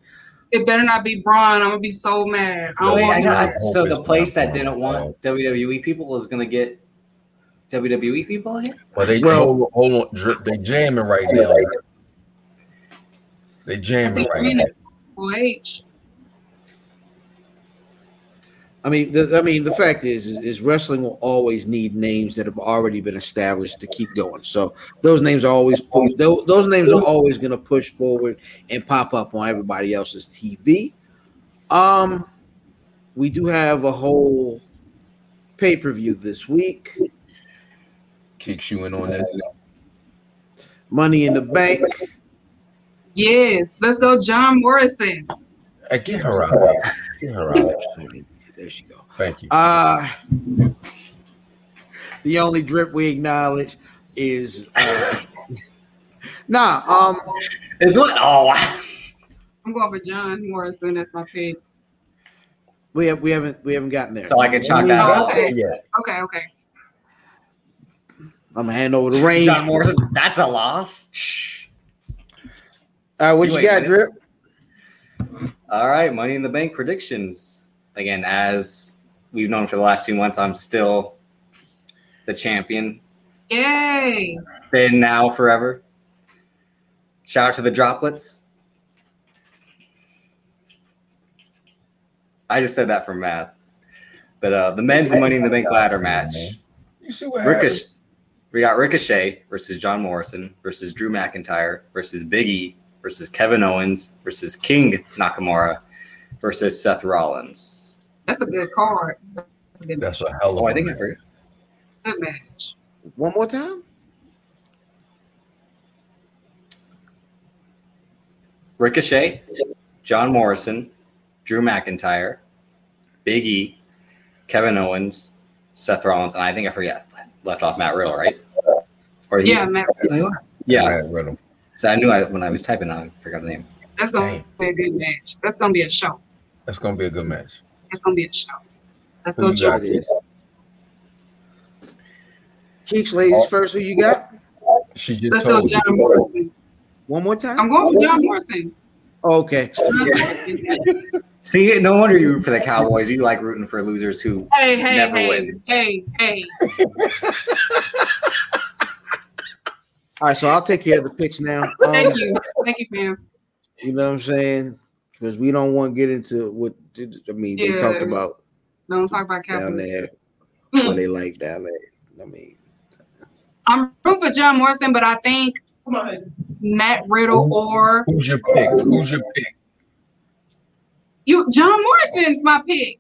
It better not be Braun. I'm gonna be so mad. I don't
Yeah,
I
want
know.
that.
got, so
hope
the
it's
place
not
that didn't
wrong.
want WWE people is gonna get WWE people again.
But they
Well-
hold, hold on. Drip, they jamming right now. man. They
I
jamming
see
right
green
now.
at Triple H.
I mean, the, I mean, the fact is, is, is wrestling will always need names that have already been established to keep going. So those names are always pu- those, those names are always going to push forward and pop up on everybody else's TV. Um, we do have a whole pay per view this week.
Kicks you in on that.
Money in the Bank.
Yes, let's go, John Morrison.
Hey, get her out. Of here. Get her out. Of here.
There she go.
Thank you.
Uh the only drip we acknowledge is uh, nah. Um,
Is what? Oh, wow.
I'm going for John Morrison. That's my pick.
we have we haven't we haven't gotten there.
so I can chalk that
Oh,
up.
okay.
Yeah.
Okay, okay.
I'm gonna hand over the reins.
John Morrison. That's a loss. Shh.
All right, what
You
you,
ain't
got,
it.
Drip?
All right, Money in the Bank predictions. Again, as we've known for the last few months, I'm still the champion.
Yay!
Been now forever. Shout out to the droplets. I just said that for math. But uh, the men's Money in the Bank ladder match.
You see what happened?
Ricochet. We got Ricochet versus John Morrison versus Drew McIntyre versus Biggie versus Kevin Owens versus King Nakamura versus Seth Rollins.
That's a good card. That's a good,
That's a hell of
Oh,
a
I think I forgot.
good match.
One more time.
Ricochet, John Morrison, Drew McIntyre, Big E, Kevin Owens, Seth Rollins, and I think I forget left off Matt Riddle, right? Or he-
Yeah, Matt,
yeah.
Matt Riddle.
So I knew I, when I was typing, I forgot the name.
that's gonna be a good match. That's gonna be a show.
That's gonna be a good match.
That's gonna be a show. That's
Who
no
you got?
joke.
Keith?
Keeps
Oh.
ladies first. Who you got?
She just
Let's go
told you.
John Morrison.
One more time.
I'm going with John Morrison.
Okay.
John Morrison.
See, no wonder you root for the Cowboys. You like rooting for losers who
Hey, hey,
Never
hey,
win.
hey, hey.
All right. So I'll take care of the picks now. Um,
Thank you. Thank you, fam.
you know what I'm saying? Because we don't want to get into what I mean. They talked
Yeah.
about
Don't talk about
down
Cowboys.
there. What they like down there. I mean,
I'm rooting for John Morrison, but I think
Come on.
Matt Riddle or
Who's your pick? Who's your pick?
you. John Morrison's my pick,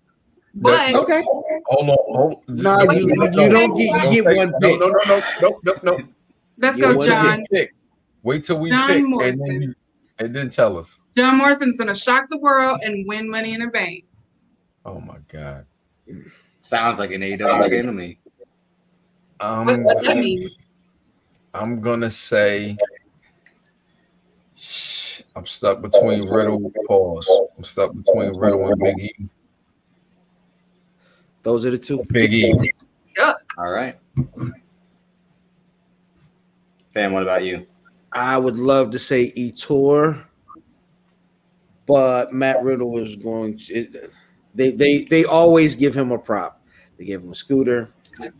but
That's-
okay.
Hold on. Hold,
No,
don't-
you-
don't-
you don't
get- you get
take-
one
No,
pick.
no, no, no, no, no, no.
let's
Yeah,
go
what
John.
Pick. Wait till we
John
pick,
Morrison.
and then you, and then tell us.
John Morrison's gonna shock the world and win Money in the Bank.
Oh my god.
sounds like an AEW enemy.
What,
I'm
what that means?
I'm gonna say. Shh, I'm stuck between Riddle. Pause. I'm stuck between Riddle and Big E.
Those are the two.
Big E.
All right. Fam, what about you?
I would love to say Etor, but Matt Riddle was going. To, it- they they they always give him a prop. They gave him a scooter.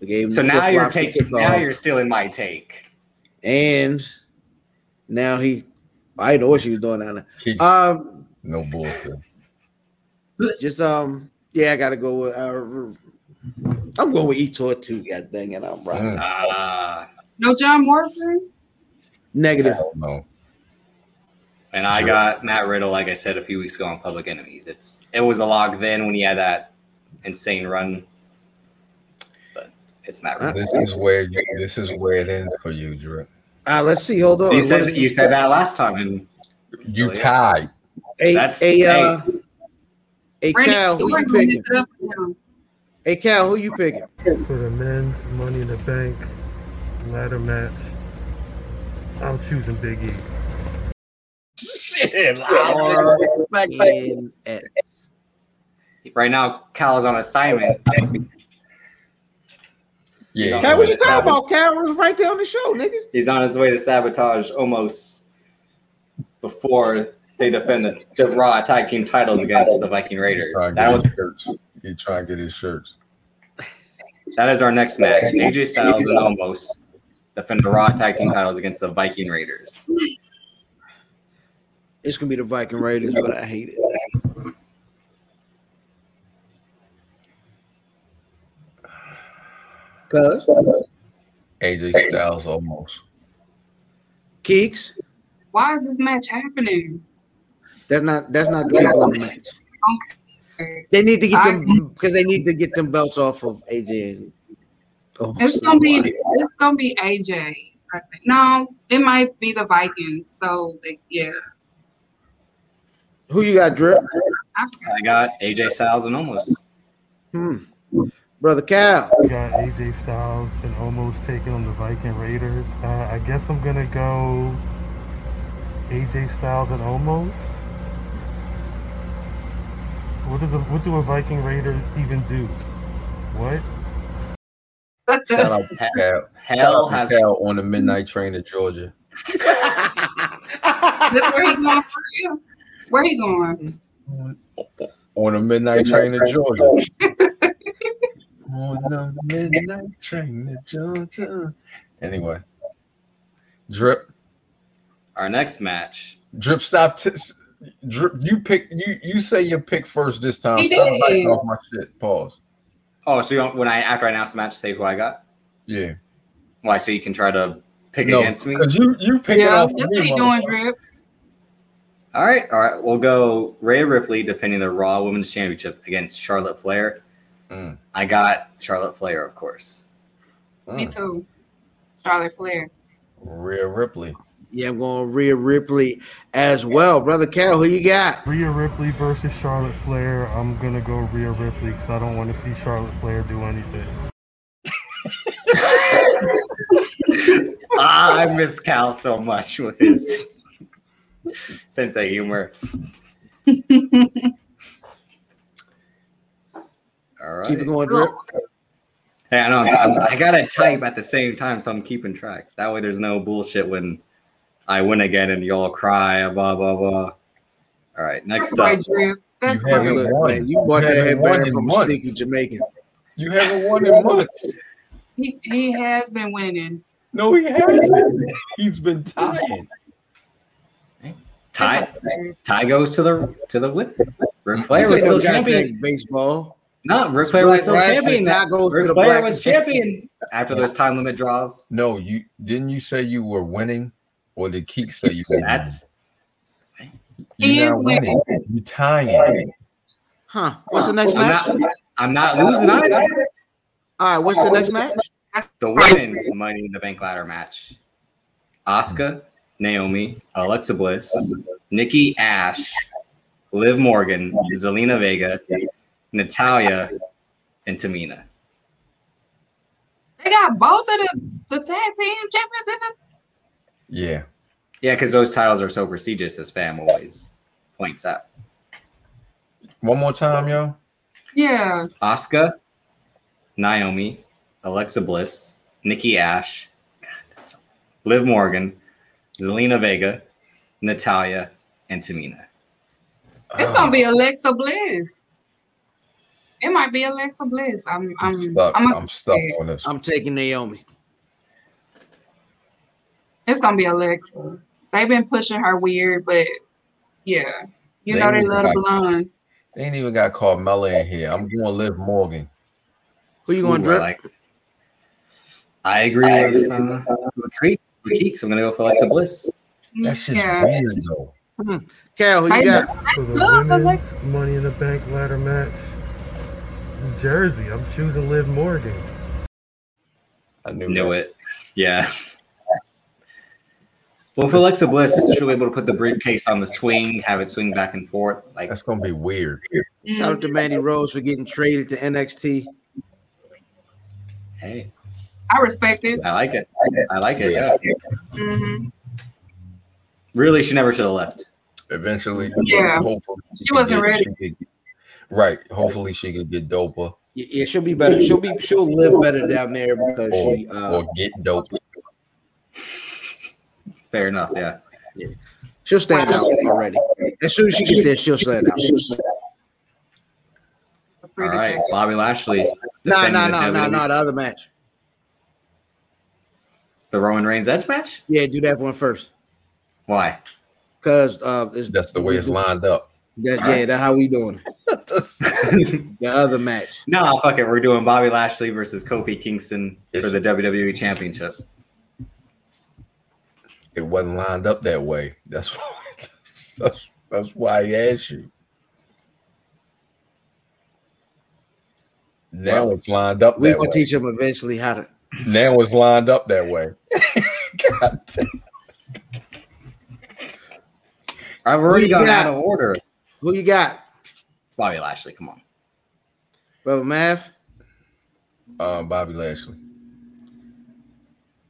They gave him.
So
the
now you're
flip-flops to
taking.
kick
Now
off,
you're stealing my take.
and now he. I know what she was doing down there.
Keith,
Um,
no bullshit.
just um, yeah, I gotta go with. Uh, I'm going with Etor too. God dang it, I'm right.
Mm,
Ah,
No John Morrison.
Negative.
hell no.
and I got Matt Riddle, like I said a few weeks ago on Public Enemies. It's it was a log then when he had that insane run, but it's Matt Riddle.
This is where you, this is where it ends for you, Drip.
Uh, let's see. Hold on.
You
What
said
is-
you said that last time, and
You
Still, yeah.
tied.
Hey,
That's-
hey, uh, hey,
Randy
Cal, who
Orton
you
gonna
picking?
mess it up for him.
Hey, Cal, who you picking?
For the men's Money in the Bank ladder match, I'm choosing Big E.
R N S.
right now Cal is on assignment.
Yeah.
Hey,
Cal, what you talking about? Cal was right there on the show, nigga.
He's on his way to sabotage almost before they defend the, the Raw tag team titles against the Viking Raiders.
Trying
That
to
was,
get his shirts. He trying to get his shirts.
that is our next match. AJ Styles and almost defend the Raw tag team titles against the Viking Raiders.
It's gonna be the Viking Raiders, but I hate it. Cuz
AJ Styles almost.
Keeks,
Why is this match happening?
that's not that's not the people in the match. They need to get them because they need to get them belts off of AJ and oh,
It's gonna be it's gonna be AJ. I think. No, it might be the Vikings. So like, yeah,
who you got, Drip?
I forgot.
I got AJ Styles and almost.
Hmm. Brother Cal.
We got AJ Styles and almost taking on the Viking Raiders. Uh, I guess I'm gonna go AJ Styles and almost. What does a, what do a Viking Raider even do? What?
Shout out to Cal. Shout
Hell
out
has
to Cal on the midnight train to Georgia.
That's where he going. for real. Where he going?
On the midnight train to Georgia. on the midnight train to Georgia. Anyway, drip,
our next match.
drip, stop. T- drip, you pick. You you say your pick first this time.
He
Stop
did.
biting off my shit. Pause.
Oh, so you don't, when I after I announce the match, say who I got.
Yeah.
Why? So you can try to pick
No,
against me.
because you you pick it
Yeah,
off. of
that's
me,
what he doing,
motherfucker.
Drip.
All right, all right. We'll go Rhea Ripley defending the Raw Women's Championship against Charlotte Flair.
Mm.
I got Charlotte Flair, of course.
Me
Mm.
too. Charlotte Flair.
Rhea Ripley.
Yeah, I'm going Rhea Ripley as well. Brother Cal, who you got?
Rhea Ripley versus Charlotte Flair. I'm gonna go Rhea Ripley because I don't want to see Charlotte Flair do anything.
Ah, I miss Cal so much with his sense of humor. All right.
Keep it going, Drip.
Hey, I know. I'm, I'm, I got to type at the same time, so I'm keeping track. That way, there's no bullshit when I win again and y'all cry. Blah blah blah. All right, next
That's
up.
right, Drew. That's
You have
right.
it.
Look,
won.
man, you bought
You
that
haven't won
headband
in
from a
months.
sneaky Jamaican.
You haven't won in months.
He, he has been winning.
No, he hasn't. He's been tying.
Ty Ty goes to the to the win. Ric Flair
This
was
ain't no
still
goddamn
champion.
baseball.
No, Ric Flair
Black
was still
Rash
champion.
and Ty goes to
Ric
the
Flair
black.
was champion after those time limit draws.
No, you didn't. You say you were winning, or did Keek say you? Were winning?
That's
You're
He is
not winning. You tying.
Huh? What's the next
I'm
match?
not, I'm not losing either.
All right, what's the next match?
The women's Money in the Bank ladder match. Asuka, Naomi, Alexa Bliss, Nikki Ash, Liv Morgan, Zelina Vega, Natalia, and Tamina.
They got both of the, the tag team champions in the
Yeah.
Yeah, because those titles are so prestigious, as fam always points out.
One more time, yo.
Yeah.
Asuka, Naomi, Alexa Bliss, Nikki Ash, God, that's so- Liv Morgan, Zelina Vega, Natalia, and Tamina.
It's gonna be Alexa Bliss. It might be Alexa Bliss. I'm I'm
I'm stuck.
um, I'm
I'm,
a-
stuck on this.
I'm taking Naomi.
it's gonna be Alexa. They've been pushing her weird, but yeah. You
They
know they
look
love the
like-
blondes.
They ain't even got Carmella in here. I'm going to live Morgan.
Who you going,
Ooh, I
Drip?
like it. I agree with uh, with Creek. with Keeks. I'm gonna go for Alexa Bliss.
That's just
yeah.
weird, though.
Cal, who you
I-
got?
For the
Look,
women's
Alexa.
Money in the Bank ladder match, Jersey. I'm choosing Liv Morgan.
I knew,
Knew
that.
it. Yeah. Well, for Alexa Bliss, she'll be able to put the briefcase on the swing, have it swing back and forth. Like
That's going to be weird.
Mm.
Shout out to Mandy Rose for getting traded to NXT.
Hey,
I respect it.
I like it. I like it. Yeah.
hmm
Really, she never should have left.
Eventually,
Yeah.
Hopefully,
She
could
wasn't
get-
ready.
she could- right. Hopefully, she could get doper
Y- Yeah, she'll be better. She'll be she'll live better down there because
or,
she uh,
or get dope.
Fair enough. Yeah.
she'll stand out already. As soon as she gets there, she'll stand out.
All right, Bobby Lashley.
No,
defending
no,
the E
no, no,
WWE
no. The other match.
The Roman Reigns Edge match?
Yeah, do that one first.
Why?
Cause uh, it's,
That's the way it's lined up.
That, yeah, that's how we doing it. The other match.
no, fuck it. We're doing Bobby Lashley versus Kofi Kingston for
It's-
the WWE Championship.
it wasn't lined up that way. That's why. That's, that's why I asked you. Now it's lined up
We
that way.
gonna teach them eventually how to.
now it's lined up that way. God damn.
I've already
Who you
gone
got?
out of order.
Who you got,
It's Bobby Lashley. Come on.
brother Math,
Um, Bobby Lashley.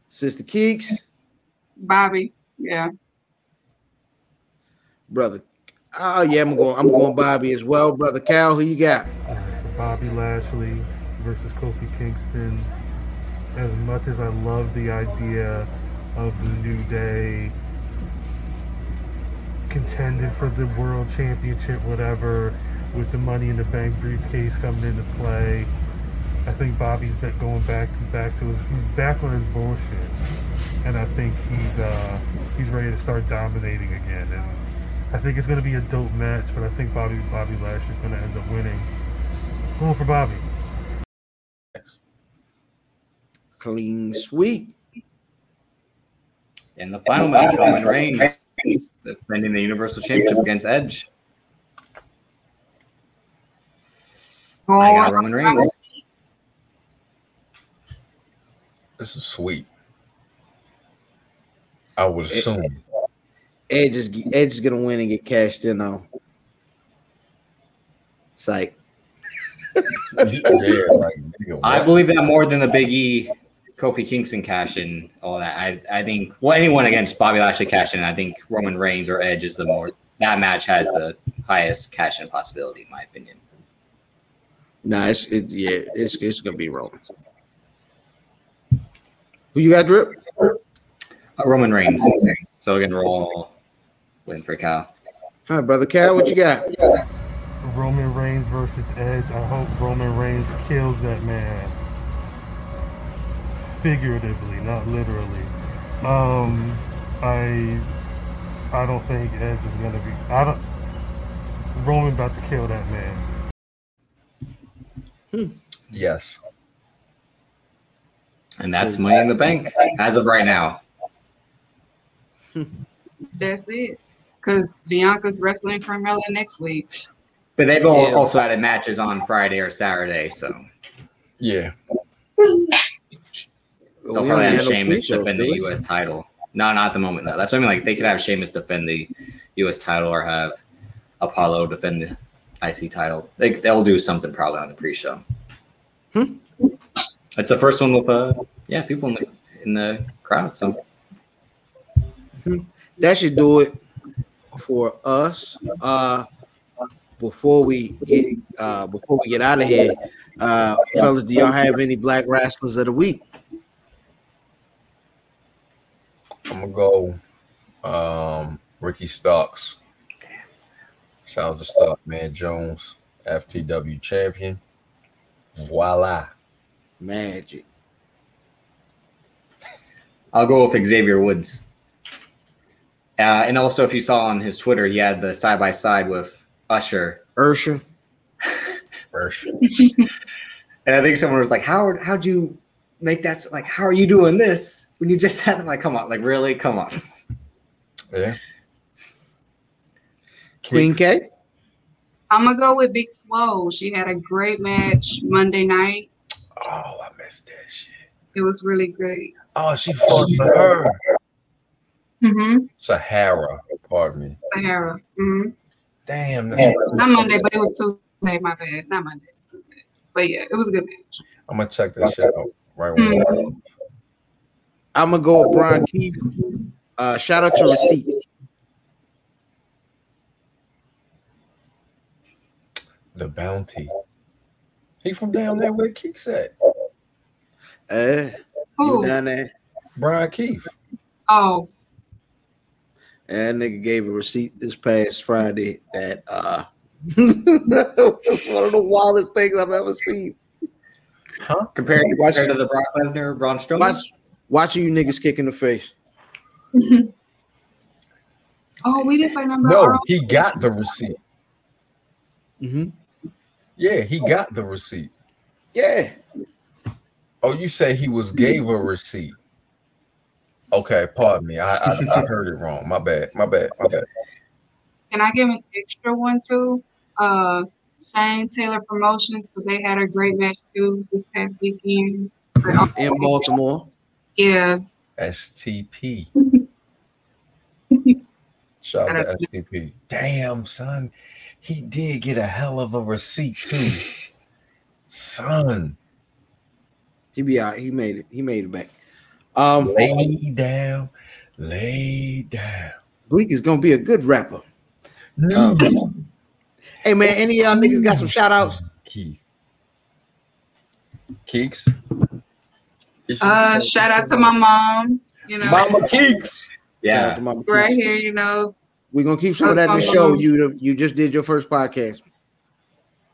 sister Keeks,
Bobby. Yeah.
brother? Oh yeah, I'm going. I'm going Bobby as well, brother Cal. Who you got?
Uh, Bobby Lashley versus Kofi Kingston. As much as I love the idea of the New Day contending for the world championship, whatever, with the Money in the Bank briefcase coming into play, I think Bobby's been going back back to his he's back on his bullshit, and I think he's uh, he's ready to start dominating again. And I think it's going to be a dope match, but I think Bobby Bobby Lashley's going to end up winning. Going for Bobby.
Clean sweep.
In the final match, Roman Reigns defending the Universal Championship against Edge. I got Roman Reigns.
This is sweet. I would assume.
Edge is Edge is gonna win and get cashed in on. It's like
Yeah, like, nigga,
I
what?
believe that more than the Big E, Kofi Kingston cash in, all that. I, I think well anyone against Bobby Lashley cash in. I think Roman Reigns or Edge is the more that match has the highest cash in possibility in my opinion.
nah, it's it, yeah, it's it's gonna be wrong. Who you got, Drip?
Uh, Roman Reigns. So again, roll win for Cal.
Hi, brother Cal. What you got?
Roman Reigns versus Edge. I hope Roman Reigns kills that man. Figuratively, not literally. Um, I, I don't think Edge is gonna be. I don't. Roman about to kill that man.
Yes.
And that's money in the bank as of right now.
That's it. Because Bianca's wrestling Carmella next week.
But they've all,
Yeah.
also added matches on Friday or Saturday, so
Yeah.
they'll probably have Sheamus defend the U.S. title. No, not at the moment. No, that's what I mean. Like they could have Sheamus defend the U.S. title or have Apollo defend the IC title. They they'll do something probably on the pre-show. It's the first one with uh yeah people in the in the crowd. So
that should do it for us. Uh, before we get uh, before we get out of here, uh, fellas, do y'all have any black wrestlers of the week?
I'm gonna go um Ricky Starks. Shout out to Stockman Jones, FTW champion. Voila.
Magic.
I'll go with Xavier Woods. Uh, and also, if you saw on his Twitter, he had the side by side with Usher
Ursha.
Fresh.
And I think someone was like, "How how'd you make that? s- Like, how are you doing this when you just had them? Like, come on, like really, come on."
Yeah.
Queen K.
I'm gonna go with Big Slow. She had a great match Monday night.
Oh, I missed that shit.
It was really great.
Oh, she fought for her.
Mm-hmm.
Sahara, pardon me.
Sahara. Mm-hmm.
Damn, that's
Not Monday, but it was Tuesday. My bad. Not Monday. It was Tuesday. But yeah, it was a good match.
I'm gonna check that shit out right when we
I'm gonna go with Brian Keith. Uh, shout out to Receipt.
the bounty. He from down there where Keith's at.
Uh, you
Who?
down there?
Brian Keith.
Oh,
And that nigga gave a receipt this past Friday that uh was one of the wildest things I've ever seen.
Compared,
Watch-
compared to the Brock Lesnar, Braun Strowman,
Watch, watching you niggas kick in the face.
oh, we didn't say nothing about
No,
Arnold.
he got the receipt.
hmm
Yeah, he got the receipt.
Yeah.
Oh, you say he was gave a receipt. Okay, pardon me. I I, I heard it wrong. My bad. My bad. My bad.
Can I give an extra one too? Uh, Shane Taylor Promotions because they had a great match too this past weekend.
In Baltimore.
Yeah,
STP. Shout out to STP. Damn, son. He did get a hell of a receipt too. Son,
He be out. He made it. He made it back. Um
lay down, lay down.
Bleak is gonna be a good rapper. Um,
No,
Hey man, any of y'all niggas got some shout outs?
Keith. Keeks. It's your
uh,
turn.
shout out to my mom. You know,
Mama Keeks.
yeah,
right here. You know,
We're gonna keep some of that in the show. You you just did your first podcast.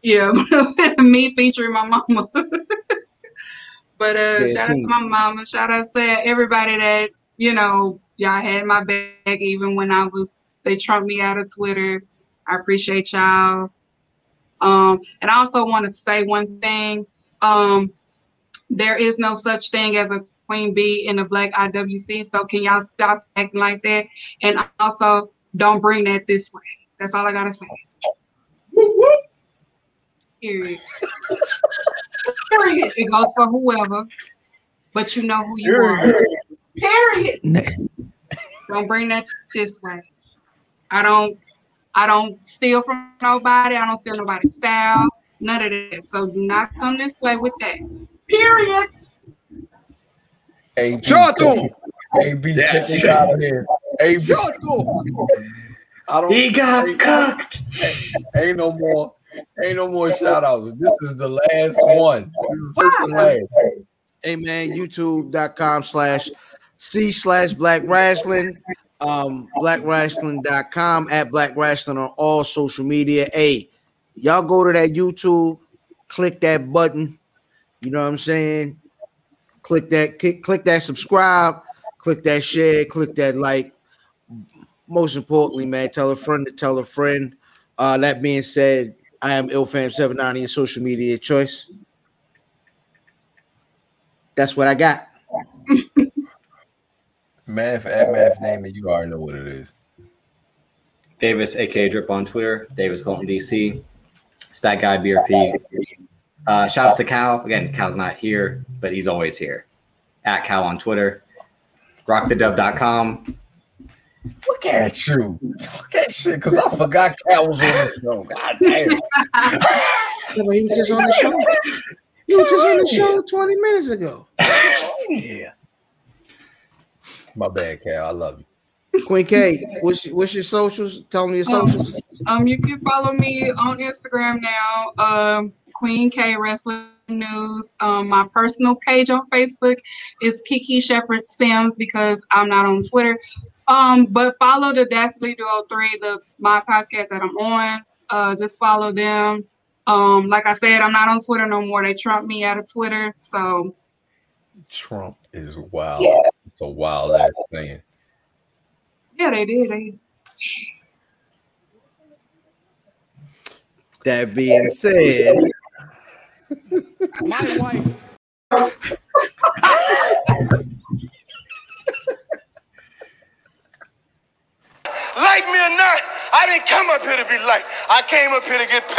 yeah, me featuring my mama. but uh,
Yeah,
shout out to
team.
my mama. Shout out to everybody that you know y'all had my back even when I was they trumped me out of Twitter. I appreciate y'all. Um, and I also wanted to say one thing. Um, there is no such thing as a Queen B in the Black IWC. So can y'all stop acting like that? And also, don't bring that this way. That's all I gotta say. Period. Period. It goes for whoever, but you know who you are.
Period.
Don't bring that this way. I don't. I don't steal from nobody. I don't steal nobody's style. None of that. So do not come this way with that.
Period.
AB,
Show it to him.
AB, check this out of here. AB,
Show it to him.
I don't.
He got cooked.
Ain't no more. Ain't no more shout outs. This is the last one. First and last.
Hey man, youtube.com slash C slash black wrestling. Um blackwrestling.com at black wrestling on all social media. Hey, y'all go to that YouTube, click that button. You know what I'm saying? Click that, click, click that subscribe, click that share, click that like. Most importantly, man, tell a friend to tell a friend. Uh, that being said, I am IlFam790 and social media choice. That's what I got.
Math at math name, and you already know what it is.
Davis, aka Drip on Twitter, Davis Colton DC, Stat Guy BRP. Uh, shouts to Cal. Again, Cal's not here, but he's always here. At Cal on Twitter, rockthedub.com.
Look at you. Talk that shit, because I forgot Cal was on the show. God damn.
Yeah, but he was just on the show. He was just on the show 20 minutes ago.
Yeah. My bad, Cal. I love you.
Queen K, what's, what's your socials? Tell me your socials.
Um, you can follow me on Instagram now, um, Queen K Wrestling News. Um, my personal page on Facebook is Kiki Shepherd Sims because I'm not on Twitter. Um, but follow the Dastardly Duo Three, the my podcast that I'm on. Uh, just follow them. Um, like I said, I'm not on Twitter no more. They trumped me out of Twitter, so
Trump is wild. It's a wild ass thing.
yeah, they did. They
That being said,
My wife
Like me or not, I didn't come up here to be liked. I came up here to get paid.